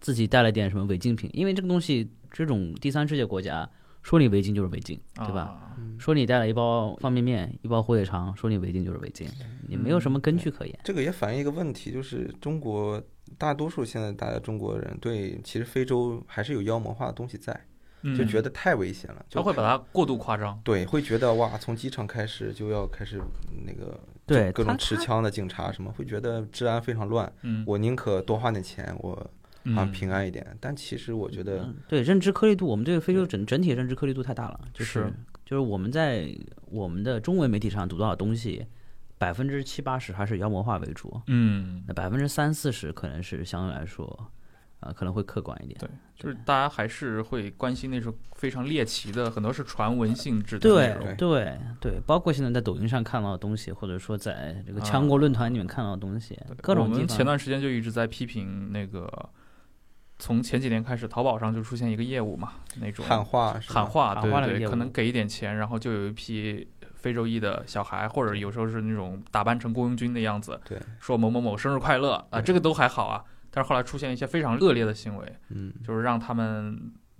[SPEAKER 5] 自己带了点什么违禁品，因为这个东西，这种第三世界国家说你违禁就是违禁，
[SPEAKER 2] 啊
[SPEAKER 5] 对吧？
[SPEAKER 2] 吧？
[SPEAKER 4] 嗯
[SPEAKER 5] 说你带了一包方便面，一包火腿肠，说你违禁就是违禁，
[SPEAKER 4] 嗯
[SPEAKER 5] 你没有什么根据可言。
[SPEAKER 4] 这个也反映一个问题，就是中国大多数现在大家中国人对其实非洲还是有妖魔化的东西在，
[SPEAKER 2] 嗯
[SPEAKER 4] 就觉得太危险了，就
[SPEAKER 2] 他会把它过度夸张。
[SPEAKER 4] 对会觉得哇，从机场开始就要开始那个
[SPEAKER 5] 对
[SPEAKER 4] 各
[SPEAKER 5] 他
[SPEAKER 4] 种持枪的警察什么，会觉得治安非常乱。
[SPEAKER 2] 嗯，
[SPEAKER 4] 我宁可多花点钱，我好像
[SPEAKER 2] 嗯
[SPEAKER 4] 啊平安一点。但其实我觉得
[SPEAKER 5] 嗯对认知颗粒度，我们对非洲整整体认知颗粒度太大了，就是
[SPEAKER 2] 是
[SPEAKER 5] 就是我们在我们的中文媒体上读到的东西，百分之七八十还是妖魔化为主，
[SPEAKER 2] 嗯，
[SPEAKER 5] 那百分之三四十可能是相对来说，啊、可能会客观一点。
[SPEAKER 2] 对，就是大家还是会关心那种非常猎奇的，很多是传闻性质的内
[SPEAKER 5] 对
[SPEAKER 2] 容。
[SPEAKER 4] 对
[SPEAKER 5] 对对，包括现在在抖音上看到的东西，或者说在这个
[SPEAKER 2] 啊
[SPEAKER 5] 强国论坛里面看到的东西，各
[SPEAKER 2] 我
[SPEAKER 5] 种地
[SPEAKER 2] 们前
[SPEAKER 5] 方。
[SPEAKER 2] 段时间就一直在批评那个，从前几年开始，淘宝上就出现一个业务嘛，那种
[SPEAKER 4] 汉化是吧
[SPEAKER 2] 喊话，
[SPEAKER 5] 喊
[SPEAKER 2] 对
[SPEAKER 5] 话那个
[SPEAKER 2] 对对，
[SPEAKER 5] 业务
[SPEAKER 2] 可能给一点钱，然后就有一批非洲裔的小孩，或者有时候是那种打扮成雇佣军的样子，
[SPEAKER 4] 对，
[SPEAKER 2] 说某某某生日快乐啊、这个都还好啊。但是后来出现一些非常恶劣的行为，
[SPEAKER 4] 嗯，
[SPEAKER 2] 就是让他们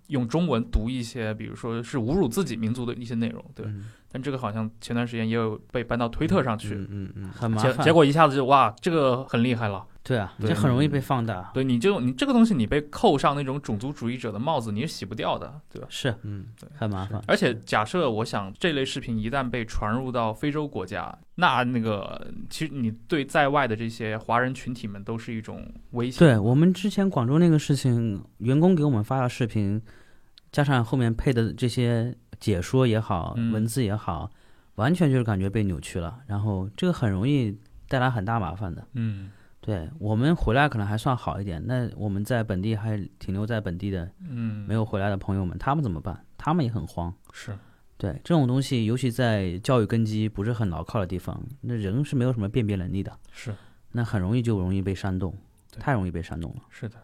[SPEAKER 2] 用中文读一些，比如说是侮辱自己民族的一些内容，对。
[SPEAKER 4] 嗯
[SPEAKER 2] 但这个好像前段时间也有被搬到推特上去，
[SPEAKER 4] 嗯嗯嗯，
[SPEAKER 5] 很麻
[SPEAKER 2] 结
[SPEAKER 5] 烦，
[SPEAKER 2] 结果一嗯下子就哇，这个很厉害了。
[SPEAKER 5] 对啊，
[SPEAKER 4] 对
[SPEAKER 5] 这很容易被放大。
[SPEAKER 2] 对你这种你这个东西，你被扣上那种种族主义者的帽子，你是洗不掉的，对吧？
[SPEAKER 5] 是，
[SPEAKER 4] 嗯，
[SPEAKER 5] 很麻烦。
[SPEAKER 2] 而且假设我想这类视频一旦被传入到非洲国家，那那个其实你对在外的这些华人群体们都是一种威胁。
[SPEAKER 5] 对我们之前广州那个事情，员工给我们发的视频，加上后面配的这些解说也好，
[SPEAKER 2] 嗯
[SPEAKER 5] 文字也好，完全就是感觉被扭曲了。然后这个很容易带来很大麻烦的。
[SPEAKER 2] 嗯
[SPEAKER 5] 对我们回来可能还算好一点，那我们在本地还停留在本地的
[SPEAKER 2] 嗯，
[SPEAKER 5] 没有回来的朋友们，他们怎么办？他们也很慌。
[SPEAKER 2] 是
[SPEAKER 5] 对这种东西，尤其在教育根基不是很牢靠的地方，那人是没有什么辨别能力的，
[SPEAKER 2] 是
[SPEAKER 5] 那很容易就容易被煽动，
[SPEAKER 2] 对
[SPEAKER 5] 太容易被煽动了。
[SPEAKER 2] 是的，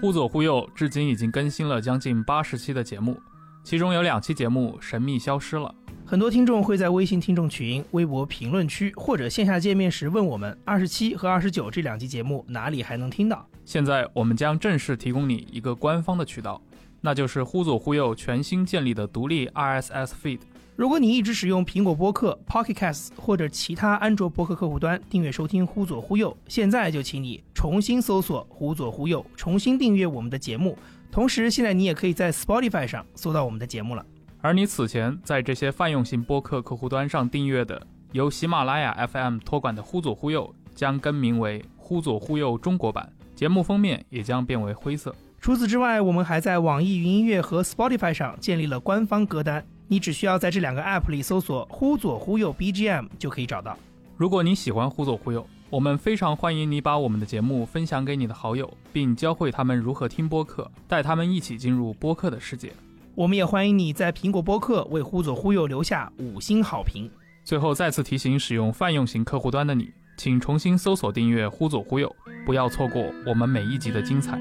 [SPEAKER 2] 忽左忽右，至今已经更新了将近八十期的节目，其中有两期节目神秘消失了。
[SPEAKER 3] 很多听众会在微信听众群、微博评论区或者线下见面时问我们，二十七和二十九这两期节目哪里还能听到？
[SPEAKER 2] 现在我们将正式提供你一个官方的渠道，那就是忽左忽右全新建立的独立 RSS feed。
[SPEAKER 3] 如果你一直使用苹果播客、Pocket Casts 或者其他安卓播客客户端订阅收听《忽左忽右》，现在就请你重新搜索“忽左忽右”，重新订阅我们的节目。同时，现在你也可以在 Spotify 上搜到我们的节目了。
[SPEAKER 2] 而你此前在这些泛用型播客客户端上订阅的由喜马拉雅 FM 托管的《忽左忽右》将更名为《忽左忽右中国版》，节目封面也将变为灰色。
[SPEAKER 3] 除此之外，我们还在网易云音乐和 Spotify 上建立了官方歌单，你只需要在这两个 App 里搜索“忽左忽右 BGM” 就可以找到。
[SPEAKER 2] 如果你喜欢《忽左忽右》，我们非常欢迎你把我们的节目分享给你的好友，并教会他们如何听播客，带他们一起进入播客的世界。
[SPEAKER 3] 我们也欢迎你在苹果播客为“忽左忽右”留下五星好评。
[SPEAKER 2] 最后再次提醒使用泛用型客户端的你，请重新搜索订阅“忽左忽右”，不要错过我们每一集的精彩。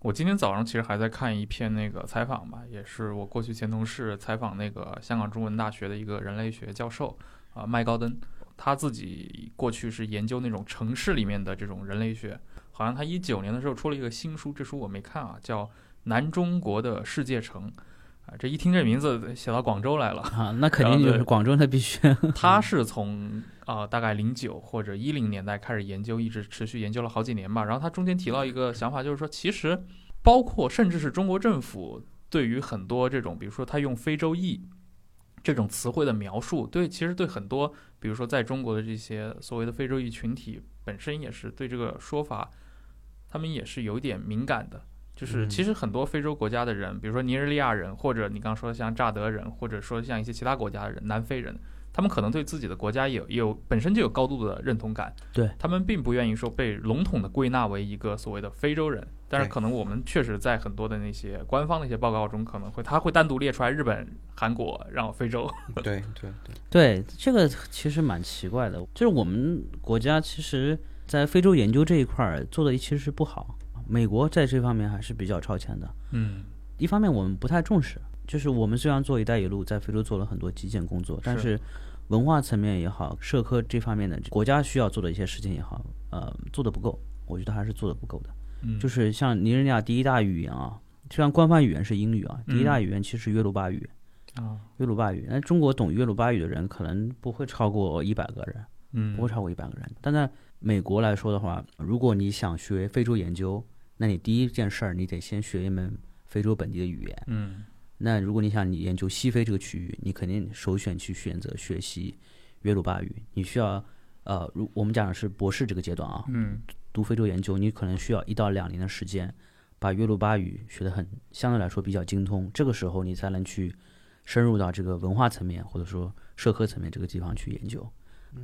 [SPEAKER 2] 我今天早上其实还在看一篇那个采访吧，也是我过去前同事采访那个香港中文大学的一个人类学教授啊、麦高登，他自己过去是研究那种城市里面的这种人类学，好像他一九年的时候出了一个新书，这书我没看啊，叫南中国的世界城，啊，这一听这名字写到广州来了。
[SPEAKER 5] 啊，那肯
[SPEAKER 2] 然后
[SPEAKER 5] 定就
[SPEAKER 2] 对
[SPEAKER 5] 是广州那必须。
[SPEAKER 2] 他是从啊、呃大概零九或者一零年代开始研究，一直持续研究了好几年吧。然后他中间提到一个想法，就是说，其实包括甚至是中国政府对于很多这种，比如说他用非洲裔这种词汇的描述，对，其实对很多，比如说在中国的这些所谓的非洲裔群体本身也是对这个说法，他们也是有一点敏感的。就是
[SPEAKER 4] 嗯
[SPEAKER 2] 其实很多非洲国家的人，比如说尼日利亚人，或者你刚刚说的像乍得人，或者说像一些其他国家的人，南非人，他们可能对自己的国家有有本身就有高度的认同感，
[SPEAKER 5] 对
[SPEAKER 2] 他们并不愿意说被笼统的归纳为一个所谓的非洲人，但是
[SPEAKER 4] 对
[SPEAKER 2] 可能我们确实在很多的那些官方的一些报告中，可能会他会单独列出来日本、韩国，然后非洲，
[SPEAKER 4] 对对对，
[SPEAKER 5] 对，这个其实蛮奇怪的，就是我们国家其实，在非洲研究这一块儿做的其实是不好，美国在这方面还是比较超前的。
[SPEAKER 2] 嗯，
[SPEAKER 5] 一方面我们不太重视，就是我们虽然做“一带一路”在非洲做了很多基建工作，但是文化层面也好，社科这方面的国家需要做的一些事情也好，呃，做的不够，我觉得还是做的不够的。
[SPEAKER 2] 嗯
[SPEAKER 5] 就是像尼日利亚第一大语言啊，虽然官方语言是英语啊，第一大语言其实约鲁巴语，
[SPEAKER 2] 嗯啊，
[SPEAKER 5] 约鲁巴语，那中国懂约鲁巴语的人可能不会超过一百个人，
[SPEAKER 2] 嗯，
[SPEAKER 5] 不会超过一百个人。但在美国来说的话，如果你想学非洲研究，那你第一件事儿你得先学一门非洲本地的语言。
[SPEAKER 2] 嗯
[SPEAKER 5] 那如果你想你研究西非这个区域，你肯定首选去选择学习约鲁巴语。你需要，呃，如我们讲的是博士这个阶段啊，
[SPEAKER 2] 嗯
[SPEAKER 5] 读非洲研究，你可能需要一到两年的时间，把约鲁巴语学得很相对来说比较精通。这个时候你才能去深入到这个文化层面或者说社科层面这个地方去研究。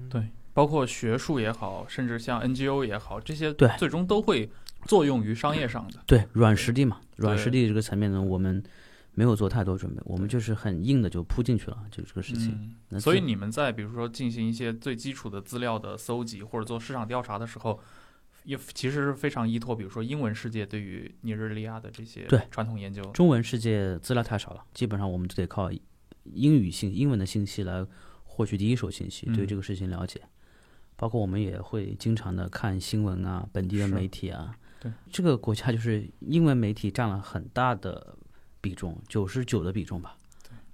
[SPEAKER 2] 对，包括学术也好，甚至像 NGO 也好，这些
[SPEAKER 5] 对
[SPEAKER 2] 最终都会作用于商业上的。
[SPEAKER 5] 对，软实力嘛，
[SPEAKER 2] 对
[SPEAKER 5] 软实力这个层面呢，我们没有做太多准备，我们就是很硬的就扑进去了，就这个事情。
[SPEAKER 2] 嗯
[SPEAKER 5] 那
[SPEAKER 2] 所以
[SPEAKER 5] 这
[SPEAKER 2] 你们在比如说进行一些最基础的资料的搜集或者做市场调查的时候，也其实是非常依托，比如说英文世界对于尼日利亚的这些
[SPEAKER 5] 对
[SPEAKER 2] 传统研究。
[SPEAKER 5] 中文世界资料太少了，基本上我们就得靠英语信英文的信息来获取第一手信息，
[SPEAKER 2] 嗯
[SPEAKER 5] 对这个事情了解。包括我们也会经常的看新闻啊，本地的
[SPEAKER 2] 是
[SPEAKER 5] 媒体啊。
[SPEAKER 2] 对，
[SPEAKER 5] 这个国家就是英文媒体占了很大的比重，九十九的比重吧，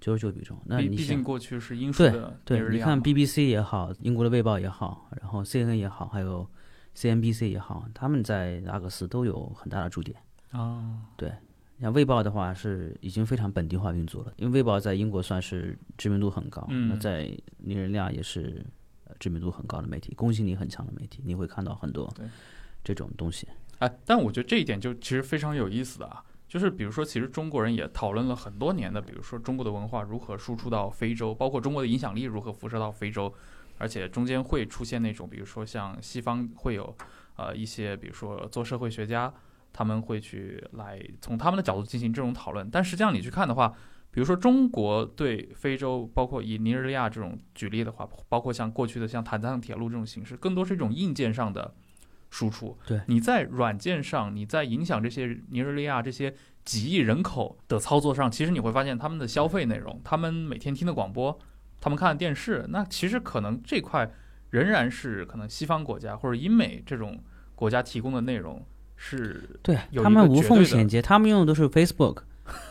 [SPEAKER 5] 九十九比重。那
[SPEAKER 2] 毕
[SPEAKER 5] 你
[SPEAKER 2] 毕
[SPEAKER 5] 想
[SPEAKER 2] 竟过去是英属的尼
[SPEAKER 5] 对
[SPEAKER 2] 日，利
[SPEAKER 5] 你
[SPEAKER 2] 亚嘛，
[SPEAKER 5] 看 BBC 也好，英国的《卫报》也好，然后 CNN 也好，还有 CNBC 也好，他们在阿克斯都有很大的驻点。
[SPEAKER 2] 啊，
[SPEAKER 5] 像《卫报》的话是已经非常本地化运作了，因为《卫报》在英国算是知名度很高，
[SPEAKER 2] 嗯
[SPEAKER 5] 那在尼日利亚也是呃知名度很高的媒体，公信力很强的媒体，你会看到很多
[SPEAKER 2] 对
[SPEAKER 5] 这种东西。
[SPEAKER 2] 哎，但我觉得这一点就其实非常有意思的啊，就是比如说，其实中国人也讨论了很多年的，比如说中国的文化如何输出到非洲，包括中国的影响力如何辐射到非洲，而且中间会出现那种，比如说像西方会有呃一些，比如说做社会学家，他们会去来从他们的角度进行这种讨论，但实际上你去看的话。比如说，中国对非洲，包括以尼日利亚这种举例的话，包括像过去的像坦赞铁路这种形式，更多是一种硬件上的输出。你在软件上，你在影响这些尼日利亚这些几亿人口的操作上，其实你会发现他们的消费内容，他们每天听的广播，他们看的电视，那其实可能这块仍然是可能西方国家或者英美这种国家提供的内容是，
[SPEAKER 5] 对
[SPEAKER 2] 有
[SPEAKER 5] 他
[SPEAKER 2] 一
[SPEAKER 5] 们
[SPEAKER 2] 个
[SPEAKER 5] 无
[SPEAKER 2] 绝对
[SPEAKER 5] 缝
[SPEAKER 2] 的
[SPEAKER 5] 衔接，他们用的都是 Facebook，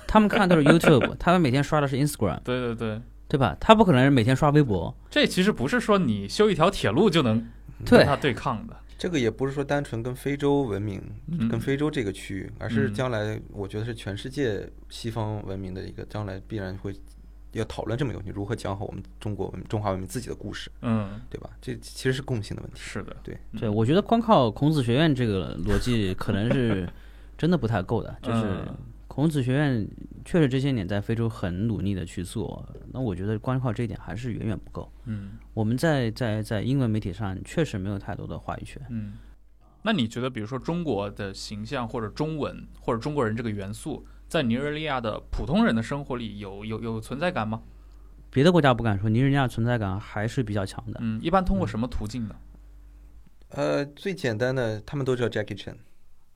[SPEAKER 5] 他 们看的都是 YouTube，他们 每天刷的是 Instagram，
[SPEAKER 2] 对对对，
[SPEAKER 5] 对吧？他不可能每天刷微博，
[SPEAKER 2] 这其实不是说你修一条铁路就能
[SPEAKER 5] 对
[SPEAKER 2] 跟它对抗的，
[SPEAKER 4] 这个也不是说单纯跟非洲文明、
[SPEAKER 2] 嗯
[SPEAKER 4] 跟非洲这个区域，而是
[SPEAKER 2] 嗯
[SPEAKER 4] 将来我觉得是全世界西方文明的一个将来必然会要讨论这么一个问题，如何讲好我们中国文明中华文明自己的故事，
[SPEAKER 2] 嗯，
[SPEAKER 4] 对吧？这其实是共性的问题。
[SPEAKER 2] 是的，
[SPEAKER 4] 对
[SPEAKER 2] 嗯
[SPEAKER 5] 对，我觉得光靠孔子学院这个逻辑可能是真的不太够的，就是
[SPEAKER 2] 嗯
[SPEAKER 5] 孔子学院确实这些年在非洲很努力的去做，那我觉得光靠这一点还是远远不够。
[SPEAKER 2] 嗯
[SPEAKER 5] 我们在在在英文媒体上确实没有太多的话语权。
[SPEAKER 2] 嗯，那你觉得，比如说中国的形象，或者中文，或者中国人这个元素，在尼日利亚的普通人的生活里有有有存在感
[SPEAKER 4] 嗯
[SPEAKER 2] 吗？
[SPEAKER 5] 别的国家不敢说，尼日利亚存在感还是比较强的。
[SPEAKER 2] 嗯，一般通过什么途径呢？
[SPEAKER 4] 呃，最简单的，他们都知道 Jackie Chan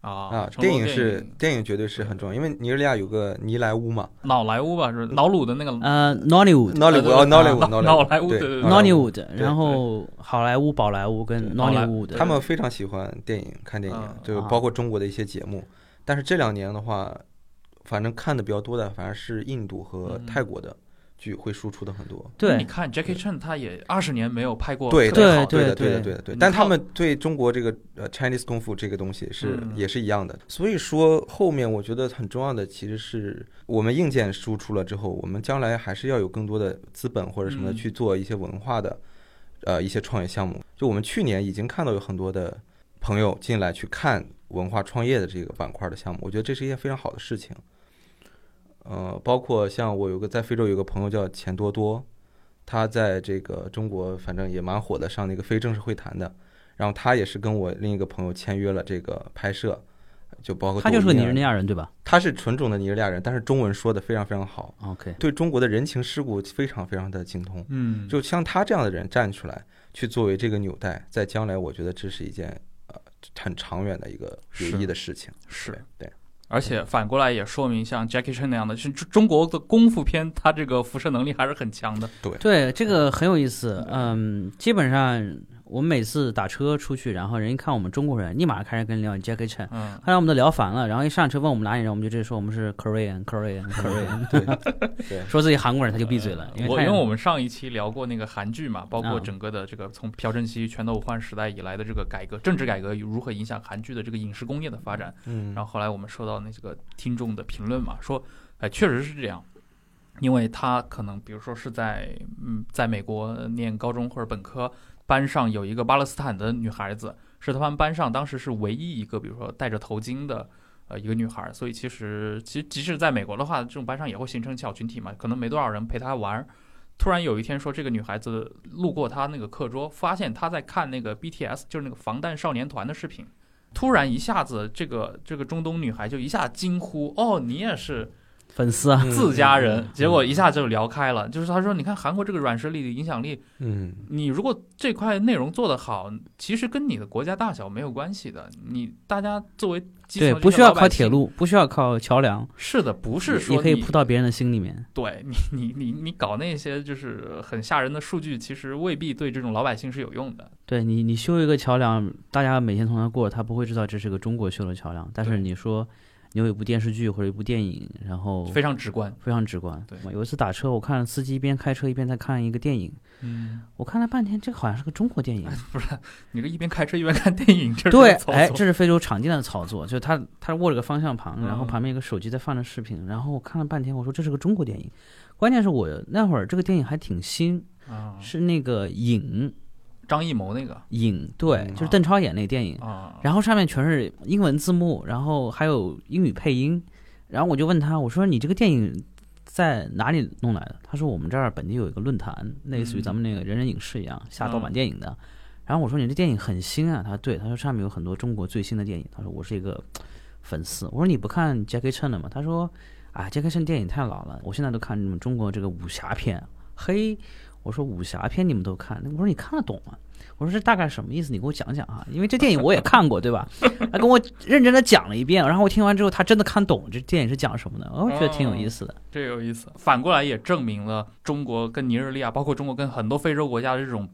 [SPEAKER 2] 啊
[SPEAKER 4] 啊，
[SPEAKER 2] 成龙
[SPEAKER 4] 影是
[SPEAKER 2] 影
[SPEAKER 4] 电影绝对是很重要，因为尼日利亚有个尼莱乌嘛
[SPEAKER 2] 脑莱坞吧，是脑鲁的那个
[SPEAKER 4] 嗯
[SPEAKER 5] 呃，Nollywood。
[SPEAKER 4] ，Nollywood 哦
[SPEAKER 2] 脑
[SPEAKER 4] ，Nollywood
[SPEAKER 2] 脑莱坞，
[SPEAKER 4] 对
[SPEAKER 2] 对对
[SPEAKER 4] 脑
[SPEAKER 5] Nollywood，
[SPEAKER 4] 对
[SPEAKER 5] 然后好莱坞、宝莱坞跟
[SPEAKER 2] 好莱
[SPEAKER 5] Nollywood，
[SPEAKER 4] 他们非常喜欢电影，看电影
[SPEAKER 2] 嗯，
[SPEAKER 4] 就是
[SPEAKER 5] 啊
[SPEAKER 4] 包括中国的一些节目。但是这两年的话，反正看的比较多的，反而是印度和
[SPEAKER 2] 嗯
[SPEAKER 4] 泰国的剧会输出的很多。
[SPEAKER 2] 你
[SPEAKER 5] 对
[SPEAKER 2] 看 Jackie Chan 他也二十年没有拍过
[SPEAKER 4] 对
[SPEAKER 2] 特别好
[SPEAKER 4] 的，
[SPEAKER 2] 的
[SPEAKER 4] 对的，
[SPEAKER 5] 对
[SPEAKER 4] 对的，对
[SPEAKER 5] 对
[SPEAKER 4] 的，对的。
[SPEAKER 2] 你
[SPEAKER 4] 但他
[SPEAKER 2] 看
[SPEAKER 4] 们对中国这个呃 Chinese 功夫这个东西是
[SPEAKER 2] 嗯
[SPEAKER 4] 也是一样的。所以说后面我觉得很重要的其实是我们硬件输出了之后，我们将来还是要有更多的资本或者什么的
[SPEAKER 2] 嗯
[SPEAKER 4] 去做一些文化的呃一些创业项目。就我们去年已经看到有很多的朋友进来去看文化创业的这个板块的项目，我觉得这是一件非常好的事情。呃，包括像我有个在非洲有个朋友叫钱多多，他在这个中国反正也蛮火的，上那个非正式会谈的。然后他也是跟我另一个朋友签约了这个拍摄，就包括
[SPEAKER 5] 他就是个
[SPEAKER 4] 抖音
[SPEAKER 5] 尼
[SPEAKER 4] 啊
[SPEAKER 5] 日利亚人对吧
[SPEAKER 4] 他是纯种的尼日利亚人，但是中文说的非常非常好，
[SPEAKER 5] ？OK，
[SPEAKER 4] 对中国的人情世故非常非常的精通。
[SPEAKER 2] 嗯，
[SPEAKER 4] 就像他这样的人站出来，去作为这个纽带，在将来我觉得这是一件呃很长远的一个有
[SPEAKER 2] 是
[SPEAKER 4] 益的事情。
[SPEAKER 2] 是
[SPEAKER 4] 对对
[SPEAKER 2] 而且反过来也说明，像 Jackie Chan 那样的，是中中国的功夫片，它这个辐射能力还是很强的。
[SPEAKER 5] 对，这个很有意思。嗯，基本上我们每次打车出去，然后人一看我们中国人，立马开始跟你聊 Jackie Chan。
[SPEAKER 2] 嗯，
[SPEAKER 5] 后来我们都聊烦了，然后一上车问我们哪里人，我们就直接说我们是 Korean Korean Korean，
[SPEAKER 4] 对，
[SPEAKER 5] 说自己韩国人他就闭嘴了。
[SPEAKER 2] 我
[SPEAKER 5] 看
[SPEAKER 2] 因为我们上一期聊过那个韩剧嘛，包括
[SPEAKER 5] 嗯
[SPEAKER 2] 整个的这个从朴正熙、全斗焕时代以来的这个改革、政治改革如何影响韩剧的这个影视工业的发展。
[SPEAKER 4] 嗯，
[SPEAKER 2] 然后后来我们收到那个听众的评论嘛，说，哎，确实是这样，因为他可能比如说是在嗯，在美国念高中或者本科，班上有一个巴勒斯坦的女孩子，是他们班上当时是唯一一个，比如说戴着头巾的。呃，一个女孩，所以其实其实即使在美国的话，这种班上也会形成小群体嘛，可能没多少人陪她玩儿。突然有一天说，这个女孩子路过她那个课桌，发现她在看那个 BTS，就是那个防弹少年团的视频，突然一下子，这个这个中东女孩就一下惊呼：“哦，你也是
[SPEAKER 5] 粉丝啊，
[SPEAKER 2] 自家人！”结果一下就聊开了。就是她说：“你看韩国这个软实力的影响力，
[SPEAKER 4] 嗯，
[SPEAKER 2] 你如果这块内容做得好，其实跟你的国家大小没有关系的。你大家作为基层
[SPEAKER 5] 对，
[SPEAKER 2] 的
[SPEAKER 5] 不
[SPEAKER 2] 这
[SPEAKER 5] 需
[SPEAKER 2] 个
[SPEAKER 5] 要
[SPEAKER 2] 老百
[SPEAKER 5] 靠
[SPEAKER 2] 姓
[SPEAKER 5] 铁，路，不需要靠桥梁，
[SPEAKER 2] 是的，不是
[SPEAKER 5] 也
[SPEAKER 2] 说
[SPEAKER 5] 也可以
[SPEAKER 2] 你
[SPEAKER 5] 扑到别人的心里面。
[SPEAKER 2] 对你你你你搞那些就是很吓人的数据，其实未必对这种老百姓是有用的。
[SPEAKER 5] 对你，你修一个桥梁，大家每天从那过，他不会知道这是个中国修的桥梁。但是
[SPEAKER 2] 对
[SPEAKER 5] 你说你有一部电视剧或者一部电影，然后
[SPEAKER 2] 非常直观。
[SPEAKER 5] 非常直观。
[SPEAKER 2] 对
[SPEAKER 5] 我有一次打车，我看司机一边开车一边在看一个电影，
[SPEAKER 2] 嗯，
[SPEAKER 5] 我看了半天，这个好像是个中国电影。
[SPEAKER 2] 你这一边开车一边看电影， 这是
[SPEAKER 5] 对
[SPEAKER 2] 什么操，作
[SPEAKER 5] 哎，这是非洲常见的操作，就是他他握着个方向盘，然后
[SPEAKER 2] 嗯
[SPEAKER 5] 旁边有个手机在放着视频，然后我看了半天，我说这是个中国电影。关键是我那会儿这个电影还挺新，
[SPEAKER 2] 啊，
[SPEAKER 5] 是那个影
[SPEAKER 2] 张艺谋那个
[SPEAKER 5] 影，对，
[SPEAKER 4] 嗯
[SPEAKER 5] 就是邓超演那个电影，
[SPEAKER 2] 啊，
[SPEAKER 5] 然后上面全是英文字幕，然后还有英语配音。然后我就问他，我说你这个电影在哪里弄来的？他说我们这儿本地有一个论坛，类似于咱们那个人人影视一样，下盗版电影的。然后我说你这电影很新啊，他说对，他说上面有很多中国最新的电影。他说我是一个粉丝，我说你不看 Jackie Chan 了吗？他说啊，Jackie Chan 电影太老了，我现在都看你们中国这个武侠片。啊嘿，我说武侠片你们都看，我说你看得懂吗？我说这大概什么意思？你给我讲讲啊，因为这电影我也看过，对吧？他跟我认真的讲了一遍，然后我听完之后，他真的看懂这电影是讲什么的，我觉得挺有意思的。
[SPEAKER 2] 这有意思。反过来也证明了中国跟尼日利亚，包括中国跟很多非洲国家的这种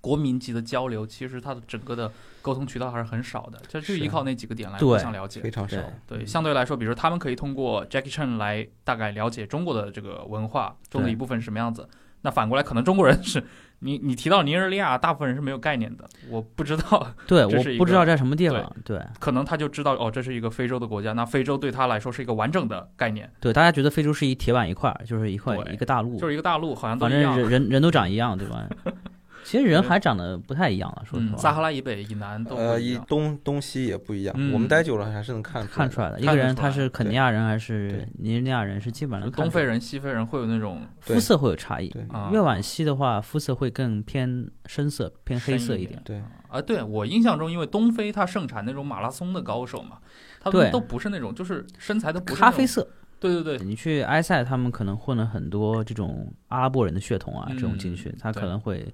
[SPEAKER 2] 国民级的交流，其实它的整个的沟通渠道还是很少的，这就是依靠那几个点来
[SPEAKER 5] 对
[SPEAKER 2] 互相了解
[SPEAKER 4] 非。常少
[SPEAKER 5] 对，
[SPEAKER 2] 对，相对来说，比如说他们可以通过 Jackie Chan 来大概了解中国的这个文化中的
[SPEAKER 5] 对
[SPEAKER 2] 一部分是什么样子。那反过来，可能中国人是 你你提到尼日利亚，大部分人是没有概念的。我不知道，
[SPEAKER 5] 对，
[SPEAKER 2] 这是一个
[SPEAKER 5] 我不知道在什么地方，对
[SPEAKER 2] 可能他就知道哦，这是一个非洲的国家，那非洲对他来说是一个完整的概念，
[SPEAKER 5] 对，大家觉得非洲是一铁板一块儿，就是一块
[SPEAKER 2] 对
[SPEAKER 5] 一个大陆
[SPEAKER 2] 就，是一个大陆，好像都
[SPEAKER 5] 反
[SPEAKER 2] 一
[SPEAKER 5] 正
[SPEAKER 2] 样。
[SPEAKER 5] 人人人都长一样，对吧？其实人还长得不太一样了，说实
[SPEAKER 2] 嗯，撒哈
[SPEAKER 5] 话，
[SPEAKER 2] 拉以北以南都
[SPEAKER 4] 呃，
[SPEAKER 2] 不一
[SPEAKER 4] 一
[SPEAKER 2] 样。
[SPEAKER 4] 东东西也不一样，
[SPEAKER 2] 嗯
[SPEAKER 4] 我们待久了还是能看
[SPEAKER 5] 看出
[SPEAKER 4] 来的。
[SPEAKER 5] 来的，一个人
[SPEAKER 2] 看得出
[SPEAKER 5] 他
[SPEAKER 2] 来
[SPEAKER 5] 是肯尼亚人还是
[SPEAKER 4] 对
[SPEAKER 5] 尼日利亚人，是基本上
[SPEAKER 2] 就
[SPEAKER 5] 看
[SPEAKER 2] 东
[SPEAKER 5] 出
[SPEAKER 2] 非
[SPEAKER 5] 来
[SPEAKER 2] 人、西非人会有那种
[SPEAKER 5] 肤色会有差异
[SPEAKER 4] 对。
[SPEAKER 2] 啊
[SPEAKER 5] 越往西的话，肤色会更偏深色、偏黑色
[SPEAKER 2] 深一
[SPEAKER 5] 点。
[SPEAKER 4] 对，
[SPEAKER 2] 啊。对我印象中，因为东非它盛产那种马拉松的高手嘛，他
[SPEAKER 5] 对
[SPEAKER 2] 们都不是那种就是身材都不是
[SPEAKER 5] 咖
[SPEAKER 2] 那种
[SPEAKER 5] 啡色，
[SPEAKER 2] 对对对，
[SPEAKER 5] 你去埃塞，他们可能混了很多这种阿拉伯人的血统啊，这种进去
[SPEAKER 2] 嗯，
[SPEAKER 5] 他可
[SPEAKER 2] 对嗯
[SPEAKER 5] 能会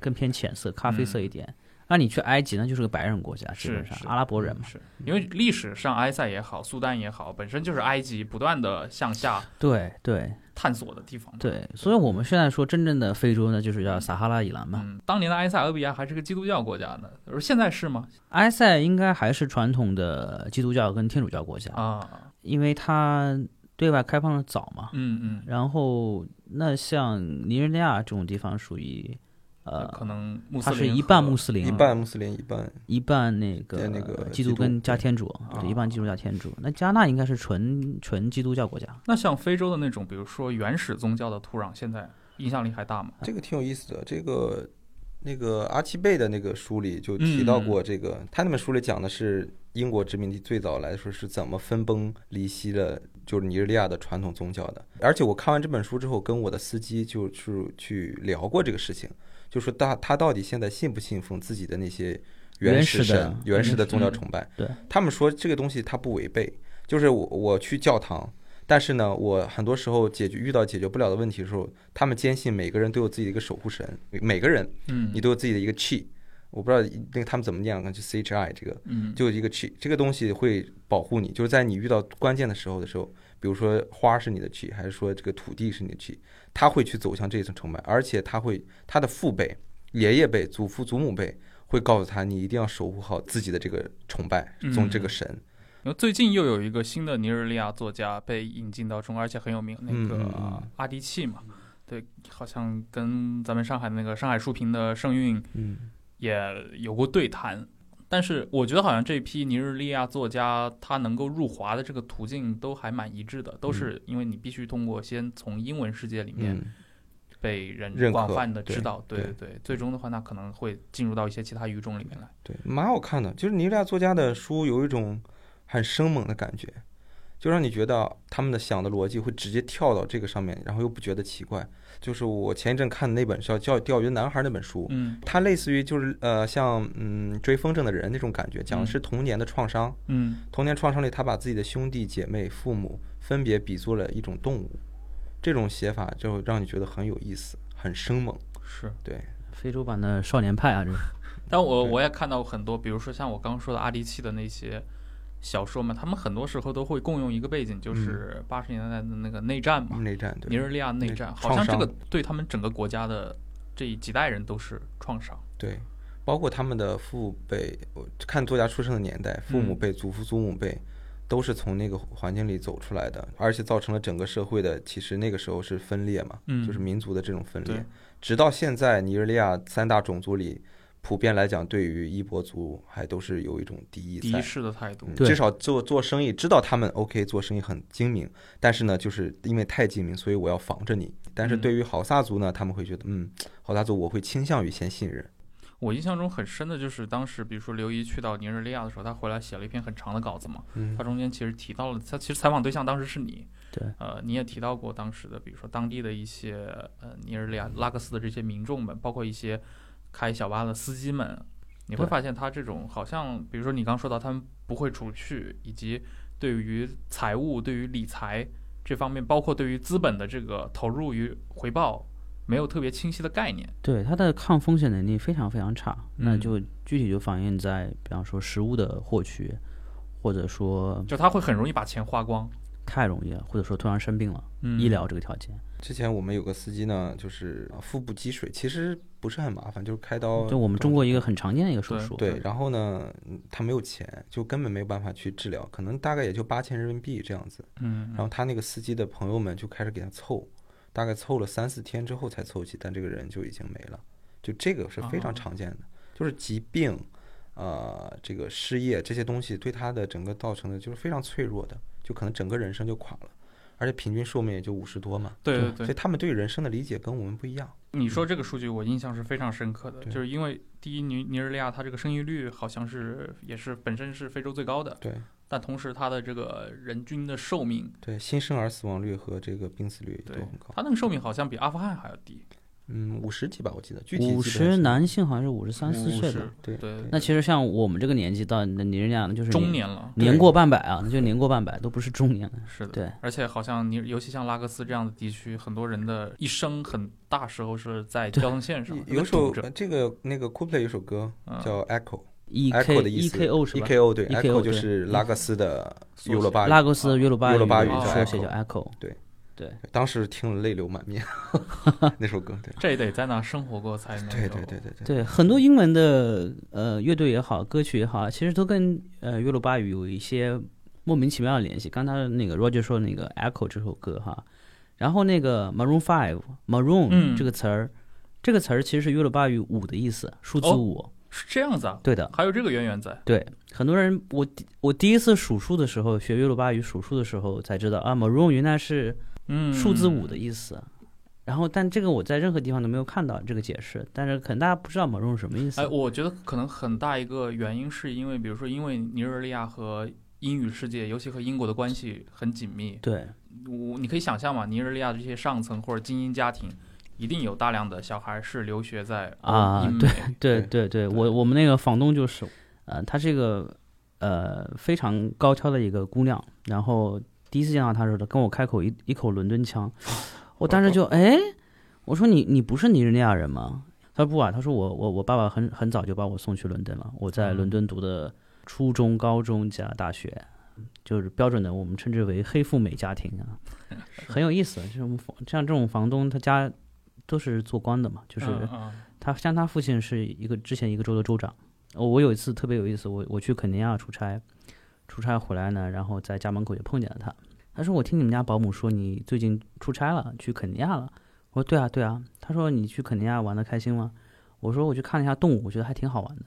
[SPEAKER 5] 更偏浅色、咖啡色一点。那你去埃及，那就是个白人国家，基
[SPEAKER 2] 是
[SPEAKER 5] 本上
[SPEAKER 2] 是
[SPEAKER 5] 阿拉伯人嘛。
[SPEAKER 2] 嗯是因为历史上埃塞也好，苏丹也好，本身就是埃及不断的向下
[SPEAKER 5] 对对
[SPEAKER 2] 探索的地方。，
[SPEAKER 5] 对，所以我们现在说真正的非洲呢，就是叫撒哈拉以南嘛。
[SPEAKER 2] 嗯，当年的埃塞俄比亚还是个基督教国家呢，而现在是吗？
[SPEAKER 5] 埃塞应该还是传统的基督教跟天主教国家，
[SPEAKER 2] 啊，
[SPEAKER 5] 因为它对外开放的早嘛。
[SPEAKER 2] 嗯嗯，
[SPEAKER 5] 然后那像尼日利亚这种地方属于，
[SPEAKER 2] 那
[SPEAKER 5] 呃，
[SPEAKER 2] 可能穆斯
[SPEAKER 5] 它
[SPEAKER 2] 林
[SPEAKER 5] 是一半
[SPEAKER 2] 和
[SPEAKER 5] 穆斯林，
[SPEAKER 4] 一半穆斯林，一半
[SPEAKER 2] 嗯
[SPEAKER 5] 一半那个
[SPEAKER 4] 对那个
[SPEAKER 5] 基
[SPEAKER 4] 基
[SPEAKER 5] 督
[SPEAKER 4] 督
[SPEAKER 5] 跟
[SPEAKER 4] 对
[SPEAKER 5] 加天主，对，啊一半基督加天主。那加纳应该是纯纯基督教国家，
[SPEAKER 2] 那像非洲的那种，比如说原始宗教的土壤，现在影响力还大吗？
[SPEAKER 4] 这个挺有意思的。这个那个阿奇贝的那个书里就提
[SPEAKER 2] 嗯
[SPEAKER 4] 到过这个，他那本书里讲的是英国殖民地最早来说是怎么分崩离析了，就是尼日利亚的传统宗教的。而且我看完这本书之后，跟我的司机就是去聊过这个事情，就说他他到底现在信不信奉自己的那些
[SPEAKER 5] 原
[SPEAKER 4] 原
[SPEAKER 5] 始
[SPEAKER 4] 始
[SPEAKER 5] 的
[SPEAKER 4] 神、原始的宗教崇拜。
[SPEAKER 5] 对，
[SPEAKER 4] 他们说这个东西它不违背，就是我我去教堂，但是呢，我很多时候解决遇到解决不了的问题的时候，他们坚信每个人都有自己的一个守护神，每个人
[SPEAKER 2] 嗯
[SPEAKER 4] 你都有自己的一个 chi。我不知道那个他们怎么念，啊就 CHI 这个，
[SPEAKER 2] 嗯，
[SPEAKER 4] 就一个 chi 这个东西会保护你，就是在你遇到关键的时候的时候，比如说花是你的 chi，还是说这个土地是你的 chi，它会去走向这一层崇拜，而且它会它的父辈、爷爷辈、祖父、祖母辈会告诉他，你一定要守护好自己的这个崇拜，
[SPEAKER 2] 嗯
[SPEAKER 4] 从这个神，
[SPEAKER 2] 然后最近又有一个新的尼日利亚作家被引进到中，国，而且很有名，那
[SPEAKER 4] 嗯
[SPEAKER 2] 个
[SPEAKER 4] 嗯嗯
[SPEAKER 2] 阿迪契嘛，对，好像跟咱们上海的那个上海书评的盛运
[SPEAKER 4] 嗯，
[SPEAKER 2] 也有过对谈。但是我觉得好像这批尼日利亚作家他能够入华的这个途径都还蛮一致的，都是因为你必须通过先从英文世界里面
[SPEAKER 4] 嗯，
[SPEAKER 2] 被人
[SPEAKER 4] 认可
[SPEAKER 2] 广泛的知道，
[SPEAKER 4] 对
[SPEAKER 2] 对对，最终的话那可能会进入到一些其他语种里面来。
[SPEAKER 4] 对，蛮好看的，就是尼日利亚作家的书有一种很生猛的感觉，就让你觉得他们的想的逻辑会直接跳到这个上面，然后又不觉得奇怪。就是我前一阵看的那本叫《叫钓鱼男孩》那本书，
[SPEAKER 2] 嗯
[SPEAKER 4] 它类似于就是呃，像嗯追风筝的人那种感觉，讲的是童年的创伤。
[SPEAKER 2] 嗯
[SPEAKER 4] 童年创伤里，他把自己的兄弟姐妹、父母分别比作了一种动物，这种写法就让你觉得很有意思，很生猛。
[SPEAKER 2] 是。
[SPEAKER 4] 对，
[SPEAKER 5] 非洲版的少年派啊，这是
[SPEAKER 2] 但我
[SPEAKER 4] 对
[SPEAKER 2] 我也看到很多，比如说像我刚刚说的阿迪契的那些小说嘛，他们很多时候都会共用一个背景，就是八十年代的那个内战嘛，
[SPEAKER 4] 内嗯战对。
[SPEAKER 2] 尼日利亚内
[SPEAKER 4] 内
[SPEAKER 2] 战，好
[SPEAKER 4] 创
[SPEAKER 2] 像这
[SPEAKER 4] 伤
[SPEAKER 2] 个对他们整个国家的这几代人都是创伤。
[SPEAKER 4] 对，包括他们的父辈，我看作家出生的年代，父母
[SPEAKER 2] 嗯
[SPEAKER 4] 辈、祖父、祖母辈，都是从那个环境里走出来的，而且造成了整个社会的，其实那个时候是分裂嘛，
[SPEAKER 2] 嗯
[SPEAKER 4] 就是民族的这种分
[SPEAKER 2] 对
[SPEAKER 4] 裂，直到现在，尼日利亚三大种族里，普遍来讲，对于伊博族还都是有一种敌意
[SPEAKER 2] 敌
[SPEAKER 4] 在。
[SPEAKER 2] 视的态度
[SPEAKER 4] 嗯。
[SPEAKER 5] 对
[SPEAKER 4] 至少做做生意，知道他们 OK 做生意很精明，但是呢，就是因为太精明，所以我要防着你。但是
[SPEAKER 2] 嗯
[SPEAKER 4] 对于好萨族呢，他们会觉得，嗯，好萨族我会倾向于先信任，
[SPEAKER 2] 我印象中很深的就是当时，比如说刘怡去到尼日利亚的时候，她回来写了一篇很长的稿子嘛，
[SPEAKER 4] 嗯
[SPEAKER 2] 他中间其实提到了，他其实采访对象当时是你，
[SPEAKER 5] 对，
[SPEAKER 2] 呃，你也提到过当时的，比如说当地的一些呃尼日利亚拉各斯的这些民众们，包括一些开小巴的司机们，你会
[SPEAKER 5] 对
[SPEAKER 2] 发现他这种好像，比如说你刚说到他们不会储蓄，以及对于财务、对于理财这方面，包括对于资本的这个投入与回报，没有特别清晰的概念。
[SPEAKER 5] 对它的抗风险能力非常非常差，那
[SPEAKER 2] 嗯
[SPEAKER 5] 就具体就反映在比方说食物的获取，或者说
[SPEAKER 2] 就他会很容易把钱花光，
[SPEAKER 5] 太容易了，或者说突然生病了，
[SPEAKER 2] 嗯，
[SPEAKER 5] 医疗这个条件，
[SPEAKER 4] 之前我们有个司机呢，就是呃腹部积水，其实不是很麻烦，就是开刀。
[SPEAKER 5] 嗯就我们中国一个很常见的一个手
[SPEAKER 2] 对
[SPEAKER 5] 术，
[SPEAKER 4] 对，然后呢，嗯他没有钱，就根本没有办法去治疗，可能大概也就八千人民币这样子。
[SPEAKER 2] 嗯
[SPEAKER 4] 然后他那个司机的朋友们就开始给他凑，大概凑了三四天之后才凑齐，但这个人就已经没了。就这个是非
[SPEAKER 2] 哦
[SPEAKER 4] 常常见的，就是疾病，呃，这个失业这些东西对他的整个造成的就是非常脆弱的，就可能整个人生就垮了，而且平均寿命也就五十多嘛。
[SPEAKER 2] 对对对
[SPEAKER 4] 所以，他们对人生的理解跟我们不一样。
[SPEAKER 2] 你说这个数据，我印象是非常深刻的，
[SPEAKER 4] 嗯对
[SPEAKER 2] 就是因为第一，尼尼日利亚它这个生育率好像是也是本身是非洲最高的，
[SPEAKER 4] 对
[SPEAKER 2] 但同时它的这个人均的寿命，
[SPEAKER 4] 对，新生儿死亡率和这个病死率都
[SPEAKER 2] 对
[SPEAKER 4] 很高
[SPEAKER 2] 它，那个寿命好像比阿富汗还要低，
[SPEAKER 4] 嗯，五十几吧，我记得具体
[SPEAKER 5] 五
[SPEAKER 4] 记不太
[SPEAKER 5] 十
[SPEAKER 4] 清
[SPEAKER 5] 男性好像是五十三四
[SPEAKER 2] 50
[SPEAKER 5] 岁吧。
[SPEAKER 4] 对
[SPEAKER 2] 对
[SPEAKER 5] 那其实像我们这个年纪到你的年龄啊，那就是
[SPEAKER 2] 中年了，
[SPEAKER 5] 年
[SPEAKER 4] 对
[SPEAKER 5] 过半百啊，那就年过半百，都不是中年了。
[SPEAKER 4] 嗯
[SPEAKER 2] 是的。
[SPEAKER 5] 对，
[SPEAKER 2] 而且好像你，尤其像拉各斯这样的地区，很多人的一生很大时候是在
[SPEAKER 5] 对
[SPEAKER 2] 交通线上，
[SPEAKER 4] 有有呃首
[SPEAKER 2] 堵着，
[SPEAKER 4] 这个那个 Coldplay 有首歌
[SPEAKER 2] 嗯
[SPEAKER 4] 叫 Echo，Echo、
[SPEAKER 5] E K
[SPEAKER 4] Echo 的意
[SPEAKER 5] E
[SPEAKER 4] 思
[SPEAKER 5] K O 是吧
[SPEAKER 4] EKO 对
[SPEAKER 5] EKO
[SPEAKER 4] ，Echo
[SPEAKER 5] 对
[SPEAKER 4] 就是拉各斯的
[SPEAKER 2] 缩
[SPEAKER 4] 尤
[SPEAKER 2] 写
[SPEAKER 4] 罗巴
[SPEAKER 5] 拉
[SPEAKER 4] 语。
[SPEAKER 5] 各斯的约鲁巴
[SPEAKER 4] 约鲁巴
[SPEAKER 2] 语叫
[SPEAKER 5] 缩写
[SPEAKER 4] Echo
[SPEAKER 5] 叫 Echo。
[SPEAKER 4] 对
[SPEAKER 5] 对，
[SPEAKER 4] 当时听了泪流满面， 那首歌对
[SPEAKER 2] 这也得在那生活过才能
[SPEAKER 4] 对
[SPEAKER 2] 够
[SPEAKER 4] 对对对对，
[SPEAKER 5] 对，很多英文的呃乐队也好，歌曲也好，啊其实都跟呃约鲁巴语有一些莫名其妙的联系。刚才那个 Roger 说那个 Echo 这首歌哈，然后那个 Maroon Five Maroon
[SPEAKER 2] 嗯
[SPEAKER 5] 这个词儿，这个词儿其实是约鲁巴语五的意思，数字
[SPEAKER 2] 哦
[SPEAKER 5] 五。
[SPEAKER 2] 是这样子啊，
[SPEAKER 5] 对的，
[SPEAKER 2] 还有这个渊源在，
[SPEAKER 5] 对，很多人我第我第一次数数的时候，学约鲁巴语数数的时候才知道啊，Maroon 原来是
[SPEAKER 2] 嗯，
[SPEAKER 5] 数字五的意思。然后，但这个我在任何地方都没有看到这个解释，但是可能大家不知道 Maroon 什么意思。
[SPEAKER 2] 哎，我觉得可能很大一个原因是因为，比如说，因为尼日利亚和英语世界，尤其和英国的关系很紧密。
[SPEAKER 5] 对，
[SPEAKER 2] 我你可以想象嘛，尼日利亚这些上层或者精英家庭，一定有大量的小孩是留学在欧
[SPEAKER 5] 啊
[SPEAKER 2] 英美
[SPEAKER 4] 对
[SPEAKER 5] 对对对，我我们那个房东就是，呃，她是一个呃非常高挑的一个姑娘，然后第一次见到她的时候，她跟我开口一一口伦敦腔，我当时就哎，我说你你不是尼日利亚人吗？他说不啊，他说我我我爸爸很很早就把我送去伦敦了，我在伦敦读的初中、高中加大学，就是标准的我们称之为黑富美家庭啊，很有意思。这种房像这种房东，他家都是做官的嘛，就是
[SPEAKER 2] 嗯嗯
[SPEAKER 5] 他像他父亲是一个之前一个州的州长。哦我有一次特别有意思，我我去肯尼亚出差，出差回来呢，然后在家门口也碰见了他。他说：“我听你们家保姆说你最近出差了，去肯尼亚了。”我说：“对啊，对啊。”他说：“你去肯尼亚玩的开心吗？”我说：“我去看了一下动物，我觉得还挺好玩的。”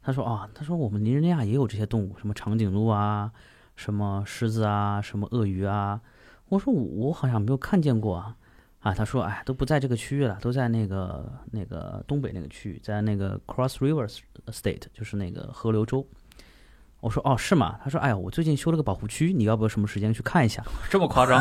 [SPEAKER 5] 他说：“啊，他说我们尼日利亚也有这些动物，什么长颈鹿啊，什么狮子啊，什么鳄鱼啊。”我说：“我我好像没有看见过啊。”啊，他说，哎，都不在这个区域了，都在那个那个东北那个区域，在那个 Cross River State，就是那个河流州。我说，哦，是吗？他说，哎呀，我最近修了个保护区，你要不要什么时间去看一下？
[SPEAKER 2] 这么夸张？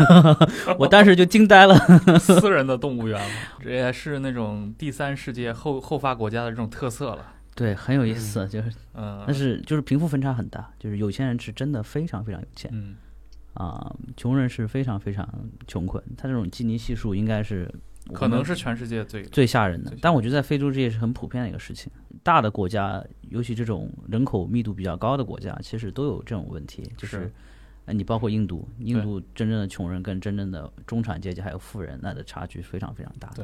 [SPEAKER 5] 我当时就惊呆了。
[SPEAKER 2] 私人的动物园了，这也是那种第三世界后后发国家的这种特色了。
[SPEAKER 5] 对，很有意思，就是，
[SPEAKER 2] 嗯，
[SPEAKER 5] 但是就是贫富分差很大，就是有钱人是真的非常非常有钱
[SPEAKER 2] 嗯，
[SPEAKER 5] 啊、穷人是非常非常穷困。他这种基尼系数应该是我
[SPEAKER 2] 可
[SPEAKER 5] 们
[SPEAKER 2] 能是全世界最
[SPEAKER 5] 最吓人
[SPEAKER 2] 最
[SPEAKER 5] 的
[SPEAKER 2] 吓人。
[SPEAKER 5] 但我觉得在非洲这也是很普遍的一个事情。大的国家，尤其这种人口密度比较高的国家，其实都有这种问题，就是。
[SPEAKER 2] 是
[SPEAKER 5] 呃你包括印度，印
[SPEAKER 2] 对
[SPEAKER 5] 度真正的穷人跟真正的中产阶级还有富人，那的差距非常非常大。
[SPEAKER 2] 对，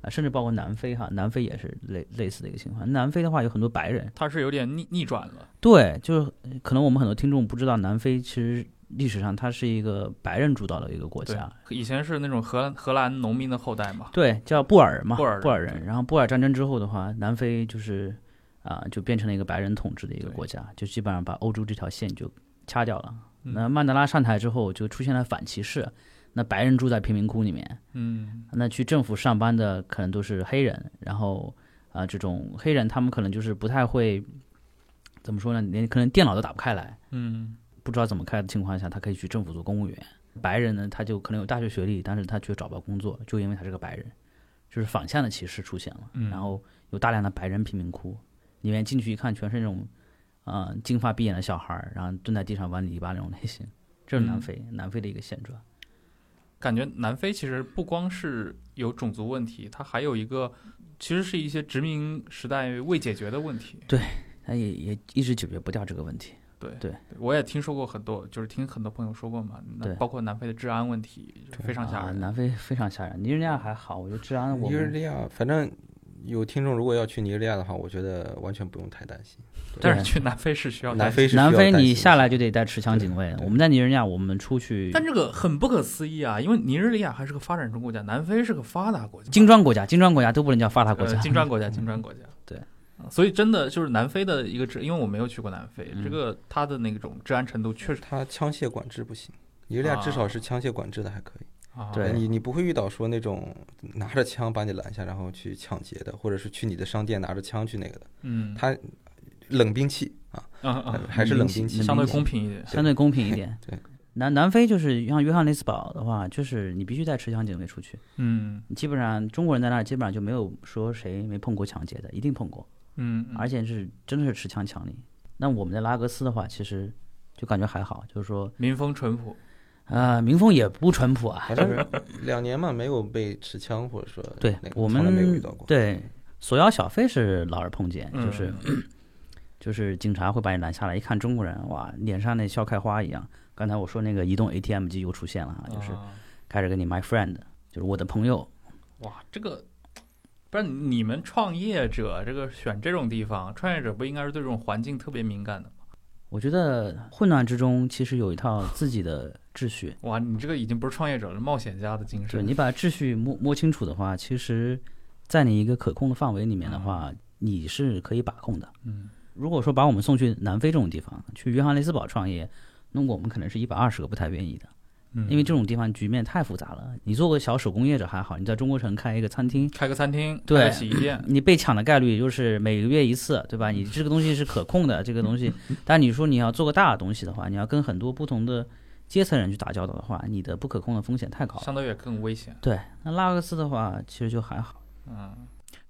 [SPEAKER 5] 啊，甚至包括南非哈，南非也是类类似的一个情况。南非的话有很多白人，
[SPEAKER 2] 它是有点逆逆转了。
[SPEAKER 5] 对，就是呃可能我们很多听众不知道，南非其实历史上它是一个白人主导的一个国
[SPEAKER 2] 对
[SPEAKER 5] 家，，
[SPEAKER 2] 以前是那种荷兰荷兰农民的后代嘛。
[SPEAKER 5] 对，叫布尔嘛，
[SPEAKER 2] 布尔人
[SPEAKER 5] 人。
[SPEAKER 2] 对
[SPEAKER 5] 然后布尔战争之后的话，南非就是啊、就变成了一个白人统治的一个
[SPEAKER 2] 对
[SPEAKER 5] 国家，就基本上把欧洲这条线就掐掉了。
[SPEAKER 2] 嗯
[SPEAKER 5] 那曼德拉上台之后，就出现了反歧视，那白人住在贫民窟里面，
[SPEAKER 2] 嗯，
[SPEAKER 5] 那去政府上班的可能都是黑人，然后啊、这种黑人他们可能就是不太会怎么说呢，连可能电脑都打不开来，
[SPEAKER 2] 嗯，
[SPEAKER 5] 不知道怎么开的情况下，他可以去政府做公务员。白人呢，他就可能有大学学历，但是他却找不到工作，就因为他是个白人，就是反向的歧视出现了。
[SPEAKER 2] 嗯
[SPEAKER 5] 然后有大量的白人贫民窟，里面进去一看，全是那种，呃，金发碧眼的小孩儿，然后蹲在地上玩泥巴那种类型。这是南
[SPEAKER 2] 嗯
[SPEAKER 5] 非，南非的一个现状。
[SPEAKER 2] 感觉南非其实不光是有种族问题，它还有一个其实是一些殖民时代未解决的问题。
[SPEAKER 5] 他也也一直解决不掉这个问题。
[SPEAKER 2] 对
[SPEAKER 5] 对，
[SPEAKER 2] 我也听说过很多，就是听很多朋友说过嘛，那
[SPEAKER 5] 对
[SPEAKER 2] 包括南非的治安问题非常吓
[SPEAKER 5] 啊
[SPEAKER 2] 人。
[SPEAKER 5] 南非非常吓人。尼日利亚还好，我觉得治安我
[SPEAKER 4] 尼日
[SPEAKER 5] 们
[SPEAKER 4] 利亚，反正有听众如果要去尼日利亚的话，我觉得完全不用太担心。
[SPEAKER 2] 但是去南非是需要担
[SPEAKER 4] 南
[SPEAKER 2] 心
[SPEAKER 4] 非是需要
[SPEAKER 5] 南非
[SPEAKER 4] 担心
[SPEAKER 5] 你
[SPEAKER 4] 的
[SPEAKER 5] 下来就得带持枪警卫。
[SPEAKER 4] 对
[SPEAKER 5] 我们在尼日利亚，我们出去
[SPEAKER 2] 但这个很不可思议啊，因为尼日利亚还是个发展中国家，南非是个发达国家，
[SPEAKER 5] 金砖国家，金砖国家都不能叫发达
[SPEAKER 2] 呃
[SPEAKER 5] 国家。
[SPEAKER 2] 金砖国家，金砖国家。
[SPEAKER 5] 对
[SPEAKER 2] 嗯，所以真的就是南非的一个治，因为我没有去过南非，
[SPEAKER 5] 嗯
[SPEAKER 2] 这个它的那种治安程度确实
[SPEAKER 4] 它枪械管制不行，尼日利亚至少是枪械管制的还可以。
[SPEAKER 2] 啊，
[SPEAKER 5] 对
[SPEAKER 4] 你你不会遇到说那种拿着枪把你拦下然后去抢劫的，或者是去你的商店拿着枪去那个的，
[SPEAKER 2] 嗯，
[SPEAKER 4] 它冷兵器啊，
[SPEAKER 2] 嗯嗯
[SPEAKER 4] 还是冷兵器，
[SPEAKER 2] 嗯，相对公平一点。
[SPEAKER 5] 相对公平一点。
[SPEAKER 4] 对，
[SPEAKER 5] 南南非就是像约翰内斯堡的话，就是你必须带持枪警卫出去。
[SPEAKER 2] 嗯
[SPEAKER 5] 你基本上中国人在那儿基本上就没有说谁没碰过抢劫的，一定碰过，
[SPEAKER 2] 嗯，嗯
[SPEAKER 5] 而且是真的是持枪抢你。那我们在拉各斯的话，其实就感觉还好，就是说，
[SPEAKER 2] 民风淳朴，
[SPEAKER 5] 呃，民风也不淳朴啊
[SPEAKER 4] 反。正两年嘛没有被持枪或者说
[SPEAKER 5] 对
[SPEAKER 4] 那个
[SPEAKER 5] 我
[SPEAKER 4] 从来没有遇
[SPEAKER 5] 们
[SPEAKER 4] 到过。
[SPEAKER 5] 对索要小费是老是碰见，
[SPEAKER 2] 嗯
[SPEAKER 5] 就是就是警察会把你拦下来，一看中国人，哇，脸上那笑开花一样。刚才我说那个移动 ATM 机又出现了啊，就是
[SPEAKER 2] 啊
[SPEAKER 5] 开始跟你 my friend，就是我的朋友。
[SPEAKER 2] 哇，这个不是你们创业者这个选这种地方，创业者不应该是对这种环境特别敏感的吗？
[SPEAKER 5] 我觉得混乱之中其实有一套自己的秩 序，
[SPEAKER 2] 哇，你这个已经不是创业者了，冒险家的精
[SPEAKER 5] 就是
[SPEAKER 2] 神。
[SPEAKER 5] 你把秩序摸摸清楚的话，其实，在你一个可控的范围里面的话，你是可以把控的。
[SPEAKER 2] 嗯，
[SPEAKER 5] 如果说把我们送去南非这种地方，去约翰内斯堡创业，那我们可能是一百二十个不太愿意的。
[SPEAKER 2] 嗯
[SPEAKER 5] 因为这种地方局面太复杂了。你做个小手工业者还好，你在中国城开一个餐厅，
[SPEAKER 2] 开个餐厅，
[SPEAKER 5] 对嗯
[SPEAKER 2] 开个洗衣店，
[SPEAKER 5] 你被抢的概率就是每个月一次，对吧？你这个东西是可控的，这个 东西。但你说你要做个大的东西的话，你要跟很多不同的阶层人去打交道的话，你的不可控的风险太高了。
[SPEAKER 2] 相对也更危险。
[SPEAKER 5] 对，那拉各斯的话其实就还好。
[SPEAKER 2] 嗯，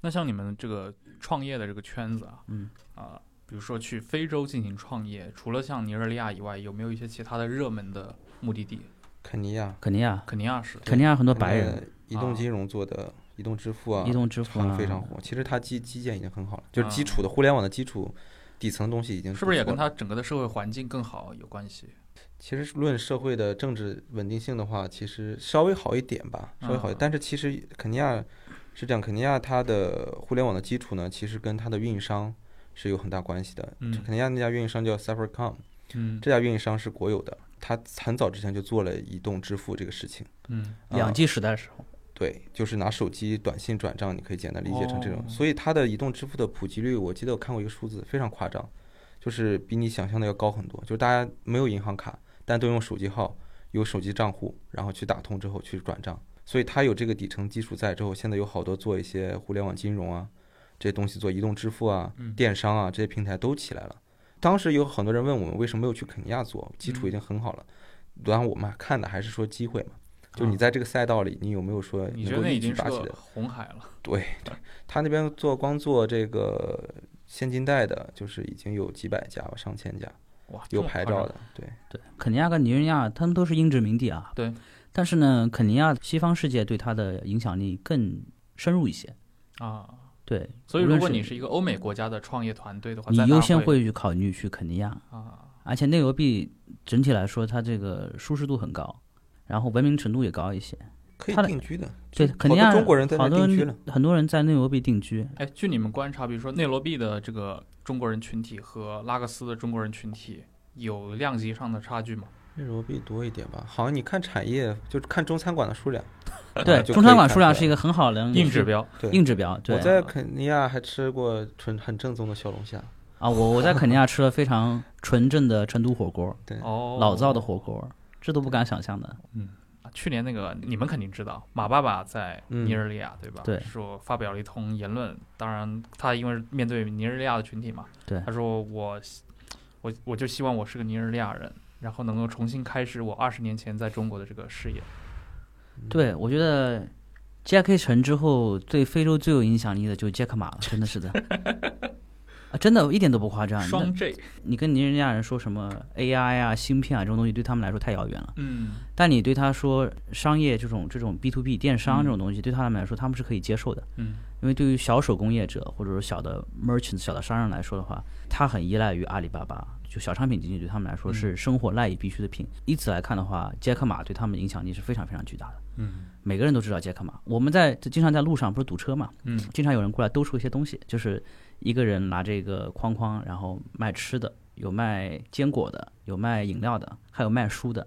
[SPEAKER 2] 那像你们这个创业的这个圈子啊，
[SPEAKER 5] 嗯
[SPEAKER 2] 啊、比如说去非洲进行创业，除了像尼日利亚以外，有没有一些其他的热门的目的地？
[SPEAKER 4] 肯尼亚
[SPEAKER 5] 肯尼亚，
[SPEAKER 2] 肯尼亚是，
[SPEAKER 5] 肯尼亚很多
[SPEAKER 4] 肯
[SPEAKER 5] 白人，啊
[SPEAKER 4] 尼亚移动金融做的移动支付啊，
[SPEAKER 5] 移动支付啊，
[SPEAKER 4] 非常火。其实它基基建已经很好了，就是基
[SPEAKER 2] 啊
[SPEAKER 4] 础的互联网的基础底层的东西已经
[SPEAKER 2] 是不是也跟
[SPEAKER 4] 它？
[SPEAKER 2] 它整个的社会环境更好有关系？
[SPEAKER 4] 其实论社会的政治稳定性的话，其实稍微好一点吧，稍微好一点。
[SPEAKER 2] 嗯
[SPEAKER 4] 但是其实肯尼亚是这样，肯尼亚它的互联网的基础呢，其实跟它的运营商是有很大关系的。
[SPEAKER 2] 嗯
[SPEAKER 4] 肯尼亚那家运营商叫 Safaricom，
[SPEAKER 2] 嗯
[SPEAKER 4] 这家运营商是国有的，它很早之前就做了移动支付这个事情。
[SPEAKER 2] 嗯
[SPEAKER 4] 啊
[SPEAKER 5] 两 G 时代的时候，
[SPEAKER 4] 对，就是拿手机短信转账，你可以简单理解成这种。
[SPEAKER 2] 哦
[SPEAKER 4] 所以它的移动支付的普及率，我记得我看过一个数字，非常夸张，就是比你想象的要高很多。就是大家没有银行卡，但都用手机号，有手机账户，然后去打通之后去转账。所以它有这个底层基础在之后，现在有好多做一些互联网金融啊，这些东西做移动支付啊、
[SPEAKER 2] 嗯
[SPEAKER 4] 电商啊这些平台都起来了。当时有很多人问我们为什么没有去肯尼亚做，基础已经很好了。然后我们看的还是说机会嘛，就你在这个赛道里，你有没有说
[SPEAKER 2] 嗯你
[SPEAKER 4] 能
[SPEAKER 2] 觉
[SPEAKER 4] 够
[SPEAKER 2] 得那
[SPEAKER 4] 一
[SPEAKER 2] 已
[SPEAKER 4] 举
[SPEAKER 2] 经是
[SPEAKER 4] 拔起
[SPEAKER 2] 个
[SPEAKER 4] 的？
[SPEAKER 2] 红海了？
[SPEAKER 4] 对对，他那边做光做这个现金贷的，就是已经有几百家吧，上千家，
[SPEAKER 2] 哇，
[SPEAKER 4] 有
[SPEAKER 2] 这么
[SPEAKER 4] 牌
[SPEAKER 2] 夸张
[SPEAKER 4] 照的，对。
[SPEAKER 5] 对，肯尼亚跟尼日利亚他们都是英殖民地啊。
[SPEAKER 2] 对，
[SPEAKER 5] 但是呢，肯尼亚西方世界对它的影响力更深入一些。
[SPEAKER 2] 啊！
[SPEAKER 5] 对，
[SPEAKER 2] 所以
[SPEAKER 5] 无论
[SPEAKER 2] 如果
[SPEAKER 5] 是
[SPEAKER 2] 你是一个欧美国家的创业团队的话，
[SPEAKER 5] 你
[SPEAKER 2] 在
[SPEAKER 5] 优
[SPEAKER 2] 那
[SPEAKER 5] 先
[SPEAKER 2] 会
[SPEAKER 5] 会去考虑去肯尼亚，
[SPEAKER 2] 啊，
[SPEAKER 5] 而且内罗毕整体来说它这个舒适度很高，然后文明程度也高一些。
[SPEAKER 4] 可以
[SPEAKER 5] 他的
[SPEAKER 4] 定居的，
[SPEAKER 5] 对，
[SPEAKER 4] 就
[SPEAKER 5] 肯
[SPEAKER 4] 好
[SPEAKER 5] 尼
[SPEAKER 4] 多
[SPEAKER 5] 亚
[SPEAKER 4] 中国人在
[SPEAKER 5] 好
[SPEAKER 4] 那
[SPEAKER 5] 多
[SPEAKER 4] 定居
[SPEAKER 5] 人
[SPEAKER 4] 了。
[SPEAKER 5] 很多人在内罗毕定居，，
[SPEAKER 2] 哎，据你们观察，比如说内罗毕的这个中国人群体和拉各斯的中国人群体有量级上的差距吗？
[SPEAKER 4] 内罗毕多一点吧，好像你看产业，就是看中餐馆的数量
[SPEAKER 5] 对，
[SPEAKER 4] 啊就
[SPEAKER 5] 中
[SPEAKER 4] 可以
[SPEAKER 5] 餐
[SPEAKER 4] 看
[SPEAKER 5] 馆数量
[SPEAKER 4] 出来
[SPEAKER 5] 是一个很好的
[SPEAKER 2] 硬指。标，
[SPEAKER 4] 对
[SPEAKER 5] 硬指标，对
[SPEAKER 2] 啊
[SPEAKER 4] 我在肯尼亚还吃过纯很正宗的小龙虾，
[SPEAKER 5] 啊，我我在肯尼亚吃了非常纯正的成都火锅，
[SPEAKER 4] 对
[SPEAKER 2] 哦，
[SPEAKER 5] 老灶的火锅，这都不敢想象的。
[SPEAKER 2] 啊去年那个你们肯定知道，马爸爸在尼日利亚、对吧？
[SPEAKER 5] 嗯对
[SPEAKER 2] 说发表了一通言论，当然他因为是面对尼日利亚的群体嘛，
[SPEAKER 5] 对
[SPEAKER 2] 他说我我我就希望我是个尼日利亚人，然后能够重新开始我二十年前在中国的这个事业。
[SPEAKER 5] 对，我觉得 J.K. 城之后对非洲最有影响力的就是杰克马了，真的 是的，啊，真的一点都不夸张。
[SPEAKER 2] 双
[SPEAKER 5] 那
[SPEAKER 2] J，
[SPEAKER 5] 你跟尼日利亚人说什么 AI 啊、芯片啊这种东西，对他们来说太遥远了。
[SPEAKER 2] 嗯，
[SPEAKER 5] 但你对他说商业这种这种 B to B 电
[SPEAKER 2] 嗯
[SPEAKER 5] 商这种东西，对他们来说他们是可以接受的。
[SPEAKER 2] 嗯，
[SPEAKER 5] 因为对于小手工业者或者说小的 merchant、小的商人来说的话，他很依赖于阿里巴巴。就小商品经济对他们来说
[SPEAKER 2] 嗯
[SPEAKER 5] 是生活赖以必须的品。因此来看的话，杰克马对他们的影响力是非常非常巨大的。
[SPEAKER 2] 嗯，
[SPEAKER 5] 每个人都知道杰克马。我们在经常在路上不是堵车嘛，
[SPEAKER 2] 嗯，
[SPEAKER 5] 经常有人过来兜售一些东西，就是一个人拿着一个框框，然后卖吃的，有卖坚果的，有卖饮料的，还有卖书的。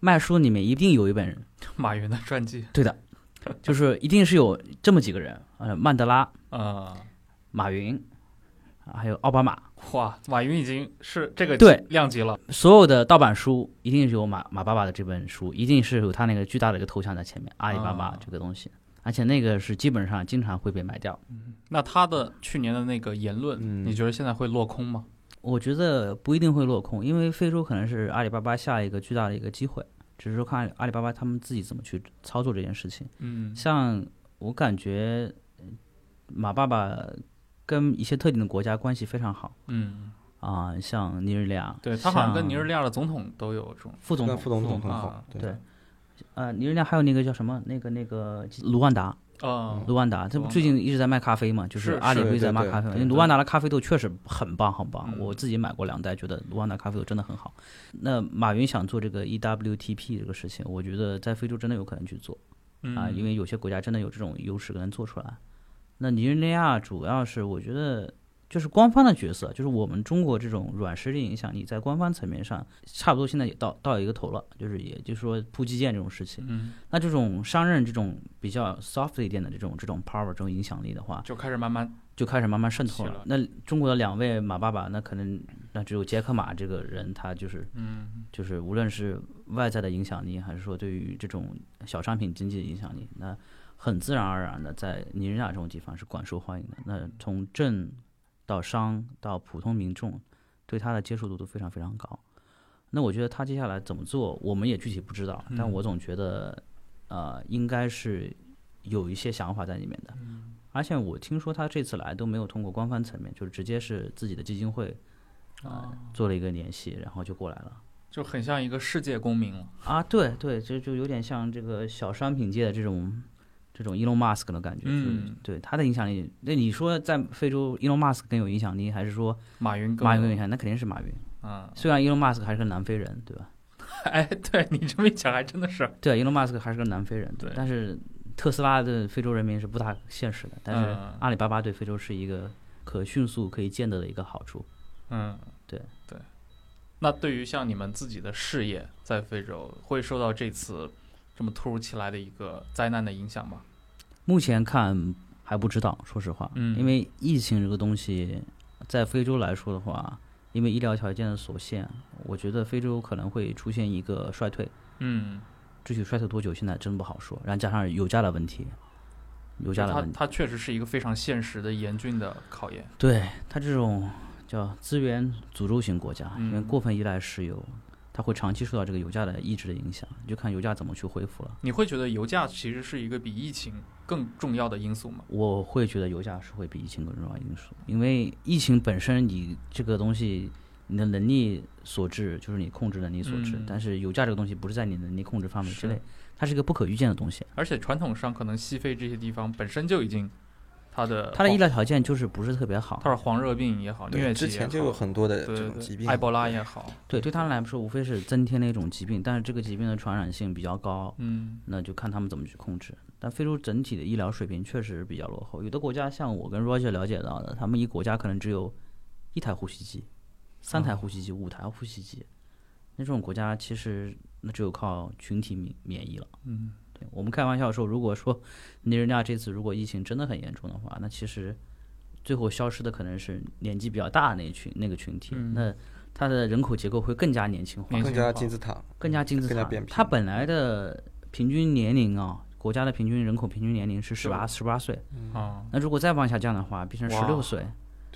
[SPEAKER 5] 卖书里面一定有一本人，
[SPEAKER 2] 马云的传记，
[SPEAKER 5] 对的，就是一定是有这么几个人，呃，曼德拉、
[SPEAKER 2] 呃，
[SPEAKER 5] 马云，啊还有奥巴马，
[SPEAKER 2] 哇，马云已经是这个
[SPEAKER 5] 对
[SPEAKER 2] 量级了，
[SPEAKER 5] 所有的盗版书一定是有马马爸爸的这本书，一定是有他那个巨大的一个头像在前面，阿里巴巴
[SPEAKER 2] 啊
[SPEAKER 5] 这个东西，而且那个是基本上经常会被买掉。
[SPEAKER 2] 那他的去年的那个言论，
[SPEAKER 4] 嗯
[SPEAKER 2] 你觉得现在会落空吗？
[SPEAKER 5] 我觉得不一定会落空，因为非洲可能是阿里巴巴下一个巨大的一个机会，只是说看阿里巴巴他们自己怎么去操作这件事情。
[SPEAKER 2] 嗯
[SPEAKER 5] 像我感觉，呃马爸爸跟一些特定的国家关系非常好。
[SPEAKER 2] 嗯，
[SPEAKER 5] 啊、像尼日利亚，
[SPEAKER 2] 对他好像跟尼日利
[SPEAKER 5] 亚
[SPEAKER 2] 亚的总统都有这种。
[SPEAKER 5] 副总
[SPEAKER 4] 跟
[SPEAKER 5] 统、
[SPEAKER 4] 副总统很
[SPEAKER 2] 啊
[SPEAKER 4] 好，
[SPEAKER 5] 对，呃，尼日利亚还有那个叫什么，那个那个卢万达，
[SPEAKER 2] 啊，
[SPEAKER 5] 卢万达，这不
[SPEAKER 2] 卢万达
[SPEAKER 5] 最近一直在卖咖啡嘛，就是阿里
[SPEAKER 4] 是
[SPEAKER 5] 不一直在
[SPEAKER 4] 对
[SPEAKER 5] 卖
[SPEAKER 4] 对
[SPEAKER 5] 咖啡嘛，
[SPEAKER 4] 对
[SPEAKER 5] 因为卢
[SPEAKER 2] 对
[SPEAKER 5] 万达的咖啡豆确实很棒很棒，
[SPEAKER 2] 嗯
[SPEAKER 5] 我自己买过两袋，觉得卢万达咖啡豆真的很好。那马云想做这个 E EWTP 这个事情，我觉得在非洲真的有可能去做
[SPEAKER 2] 嗯
[SPEAKER 5] 啊、因为有些国家真的有这种优势能做出来。那尼日利亚主要是我觉得。就是官方的角色，就是我们中国这种软实力影响力，在官方层面上，差不多现在也到到一个头了，就是也就是说铺基建这种事情，
[SPEAKER 2] 嗯，
[SPEAKER 5] 那这种商人这种比较 soft 一点的这种这种 power 这种影响力的话，
[SPEAKER 2] 就开始慢慢
[SPEAKER 5] 就开始慢慢渗透
[SPEAKER 2] 起
[SPEAKER 5] 了
[SPEAKER 2] 了。
[SPEAKER 5] 那中国的两位马爸爸，那可能那只有杰克马这个人，他就是
[SPEAKER 2] 嗯
[SPEAKER 5] 就是无论是外在的影响力，还是说对于这种小商品经济的影响力，那很自然而然的在尼日利亚这种地方是广受欢迎的。那从政到商到普通民众，对他的接受度都非常非常高。那我觉得他接下来怎么做，我们也具体不知道，但
[SPEAKER 2] 嗯
[SPEAKER 5] 我总觉得，呃，应该是有一些想法在里面的。而且我听说他这次来都没有通过官方层面，就是直接是自己的基金会
[SPEAKER 2] 啊，
[SPEAKER 5] 做了一个联系，然后就过来了。
[SPEAKER 2] 就很像一个世界公民了。
[SPEAKER 5] 啊，对对，就就有点像这个小商品界的这种这种 Elon Musk 的感觉，
[SPEAKER 2] 嗯
[SPEAKER 5] 就是对他的影响力。那你说在非洲 Elon Musk 更有影响力，还是说
[SPEAKER 2] 马云更
[SPEAKER 5] 马云更有影响力？那肯定是马云。
[SPEAKER 2] 啊，
[SPEAKER 5] 虽然 Elon Musk 还是个南非人，对吧？
[SPEAKER 2] 哎，对你这么一讲，还真的是，
[SPEAKER 5] 对，Elon 啊 Musk 还是个南非人，
[SPEAKER 2] 对
[SPEAKER 5] 但是特斯拉的非洲人民是不大现实的，但是
[SPEAKER 2] 嗯
[SPEAKER 5] 阿里巴巴对非洲是一个可迅速可以见得的一个好处。
[SPEAKER 2] 嗯，
[SPEAKER 5] 对
[SPEAKER 2] 对。那对于像你们自己的事业在非洲，会受到这次这么突如其来的一个灾难的影响吗？
[SPEAKER 5] 目前看还不知道，说实话，
[SPEAKER 2] 嗯
[SPEAKER 5] 因为疫情这个东西，在非洲来说的话，因为医疗条件的所限，我觉得非洲可能会出现一个衰退，
[SPEAKER 2] 嗯，
[SPEAKER 5] 具体衰退多久现在真不好说，然后加上油价的问题，油价的
[SPEAKER 2] 它
[SPEAKER 5] 问题，
[SPEAKER 2] 它确实是一个非常现实的、严峻的考验。
[SPEAKER 5] 对它这种叫资源诅咒型国家，
[SPEAKER 2] 嗯
[SPEAKER 5] 因为过分依赖石油。它会长期受到这个油价的抑制的影响，你就看油价怎么去恢复了。
[SPEAKER 2] 你会觉得油价其实是一个比疫情更重要的因素吗？
[SPEAKER 5] 我会觉得油价是会比疫情更重要因素，因为疫情本身你这个东西，你的能力所致就是你控制能力所致，
[SPEAKER 2] 嗯
[SPEAKER 5] 但是油价这个东西不是在你能力控制范围
[SPEAKER 2] 是
[SPEAKER 5] 之内，它是一个不可预见的东西，
[SPEAKER 2] 而且传统上，可能西非这些地方本身就已经它的
[SPEAKER 5] 它的医
[SPEAKER 2] 黄，
[SPEAKER 5] 疗条件就是不是特别好
[SPEAKER 2] 它。是黄热病也好，疟疾也
[SPEAKER 4] 对，
[SPEAKER 2] 好，
[SPEAKER 4] 之前就有很多的
[SPEAKER 2] 对
[SPEAKER 4] 这种
[SPEAKER 2] 对
[SPEAKER 4] 疾病，
[SPEAKER 2] 埃博拉也好，
[SPEAKER 5] 对，对他们来说无非是增添了一种疾病，但是这个疾病的传染性比较高，
[SPEAKER 2] 嗯
[SPEAKER 5] 那就看他们怎么去控制。但非洲整体的医疗水平确实比较落后，有的国家像我跟 Roger 了解到的，他们一国家可能只有一台呼吸机、三
[SPEAKER 2] 哦
[SPEAKER 5] 台呼吸机、五台呼吸机，那这种国家其实那只有靠群体免免疫了。
[SPEAKER 2] 嗯，
[SPEAKER 5] 对我们开玩笑说，如果说尼日利亚这次如果疫情真的很严重的话，那其实最后消失的可能是年纪比较大的那一群那个群体，
[SPEAKER 2] 嗯
[SPEAKER 5] 那它的人口结构会更加年轻化
[SPEAKER 2] 年，
[SPEAKER 4] 更
[SPEAKER 2] 轻化
[SPEAKER 4] 加金字塔，
[SPEAKER 5] 更加金字
[SPEAKER 4] 更加
[SPEAKER 5] 塔
[SPEAKER 4] 扁。平
[SPEAKER 5] 它本来的平均年龄啊，国家的平均人口平均年龄是
[SPEAKER 2] 是
[SPEAKER 5] 十八十八岁，
[SPEAKER 2] 啊，
[SPEAKER 5] 那如果再往下降的话，变成
[SPEAKER 2] 哇
[SPEAKER 5] 十六岁，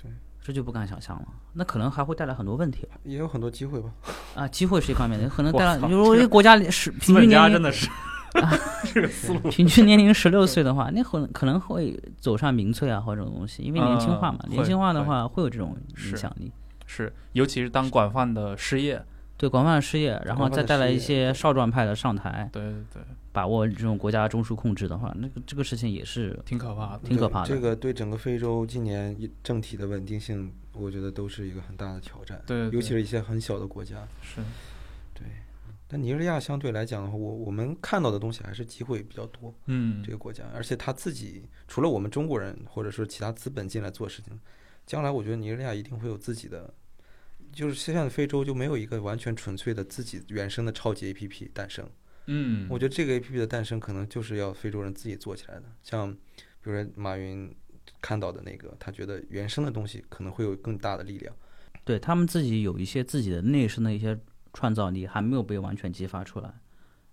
[SPEAKER 4] 对，
[SPEAKER 5] 这就不敢想象了。那可能还会带来很多问题吧
[SPEAKER 4] 也有很多机会吧。
[SPEAKER 5] 啊，机会是一方面，可能带来，
[SPEAKER 2] 我操
[SPEAKER 5] 如果一个国家里是
[SPEAKER 2] 资
[SPEAKER 5] 平
[SPEAKER 2] 本
[SPEAKER 5] 均
[SPEAKER 2] 家
[SPEAKER 5] 年
[SPEAKER 2] 真
[SPEAKER 5] 龄
[SPEAKER 2] 的是 这个思路，
[SPEAKER 5] 平均年龄十六岁的话，那可能可能会走上民粹啊，或者这种东西，因为年轻化嘛，
[SPEAKER 2] 嗯
[SPEAKER 5] 年轻化的
[SPEAKER 2] 会
[SPEAKER 5] 话会有这种
[SPEAKER 2] 是
[SPEAKER 5] 影响力。
[SPEAKER 2] 是，尤其是当广泛的失业，
[SPEAKER 5] 对广泛的失业，然后
[SPEAKER 4] 广泛的
[SPEAKER 5] 再带来
[SPEAKER 4] 失业
[SPEAKER 5] 一些少壮派的上台，
[SPEAKER 2] 对对对，
[SPEAKER 5] 把握这种国家中枢控制的话，那个这个事情也是
[SPEAKER 2] 挺可怕的。
[SPEAKER 5] 挺可
[SPEAKER 4] 对
[SPEAKER 5] 怕的
[SPEAKER 4] 这个对整个非洲今年一政体的稳定性，我觉得都是一个很大的挑战。
[SPEAKER 2] 对对
[SPEAKER 4] 尤其是一些很小的国家。
[SPEAKER 2] 是，
[SPEAKER 4] 对，但尼日利亚相对来讲的话，我我们看到的东西还是机会比较多。
[SPEAKER 2] 嗯
[SPEAKER 4] 这，个国家，而且他自己除了我们中国人，或者说其他资本进来做事情，将来我觉得尼日利亚一定会有自己的，就是现在的非洲就没有一个完全纯粹的自己原生的超级 APP 诞生。
[SPEAKER 2] 嗯，
[SPEAKER 4] 我觉得这个 APP 的诞生可能就是要非洲人自己做起来的，像比如说马云看到的那个，他觉得原生的东西可能会有更大的力量。
[SPEAKER 5] 对他们自己有一些自己的内生的一些创造力，还没有被完全激发出来。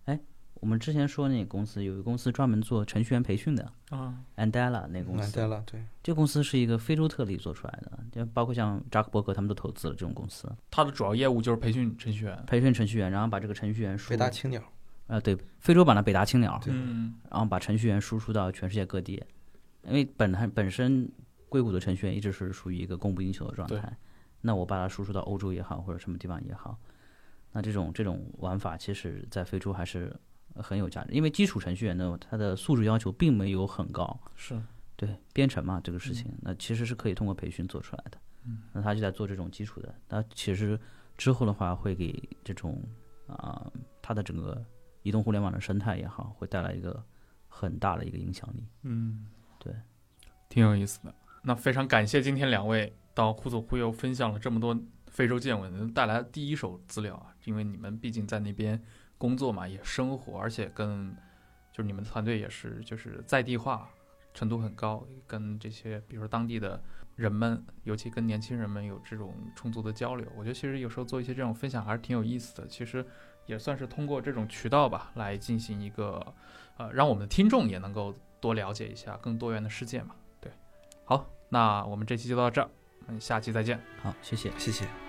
[SPEAKER 5] 哎，我们之前说那个公司，有一个公司专门做程序员培训的
[SPEAKER 2] 得啊，
[SPEAKER 5] ，Andela 那个公
[SPEAKER 4] 难呆
[SPEAKER 5] 司，
[SPEAKER 4] 了，对，
[SPEAKER 5] 这公司是一个非洲特例做出来的，就包括像扎克伯格他们都投资了这种公司，
[SPEAKER 2] 他的主要业务就是培训程序员。
[SPEAKER 5] 培训程序员，然后把这个程序员输
[SPEAKER 4] 北大青鸟，
[SPEAKER 5] 呃对，非洲版的北大青鸟，
[SPEAKER 4] 对
[SPEAKER 2] 嗯
[SPEAKER 5] 然后把程序员输出到全世界各地，因为本来本身硅谷的程序员一直是属于一个供不应求的状
[SPEAKER 2] 对
[SPEAKER 5] 态，那我把它输出到欧洲也好，或者什么地方也好，那这种这种玩法，其实在非洲还是呃很有价值，因为基础程序员呢，他的素质要求并没有很高，
[SPEAKER 2] 是，
[SPEAKER 5] 对编程嘛这个事情，那其实是可以通过培训做出来的，那他就在做这种基础的，那其实之后的话会给这种啊、它的整个移动互联网的生态也好，会带来一个很大的一个影响力。
[SPEAKER 2] 嗯，
[SPEAKER 5] 对，
[SPEAKER 2] 挺有意思的。那非常感谢今天两位到忽左忽右分享了这么多非洲见闻，带来第一手资料啊，因为你们毕竟在那边工作嘛，也生活，而且跟就是你们团队也是就是在地化程度很高，跟这些比如说当地的人们，尤其跟年轻人们有这种充足的交流。我觉得其实有时候做一些这种分享还是挺有意思的，其实也算是通过这种渠道吧，来进行一个呃，让我们的听众也能够多了解一下更多元的世界嘛。对，好，那我们这期就到这儿，我们下期再见。
[SPEAKER 5] 好，谢谢。
[SPEAKER 4] 谢谢。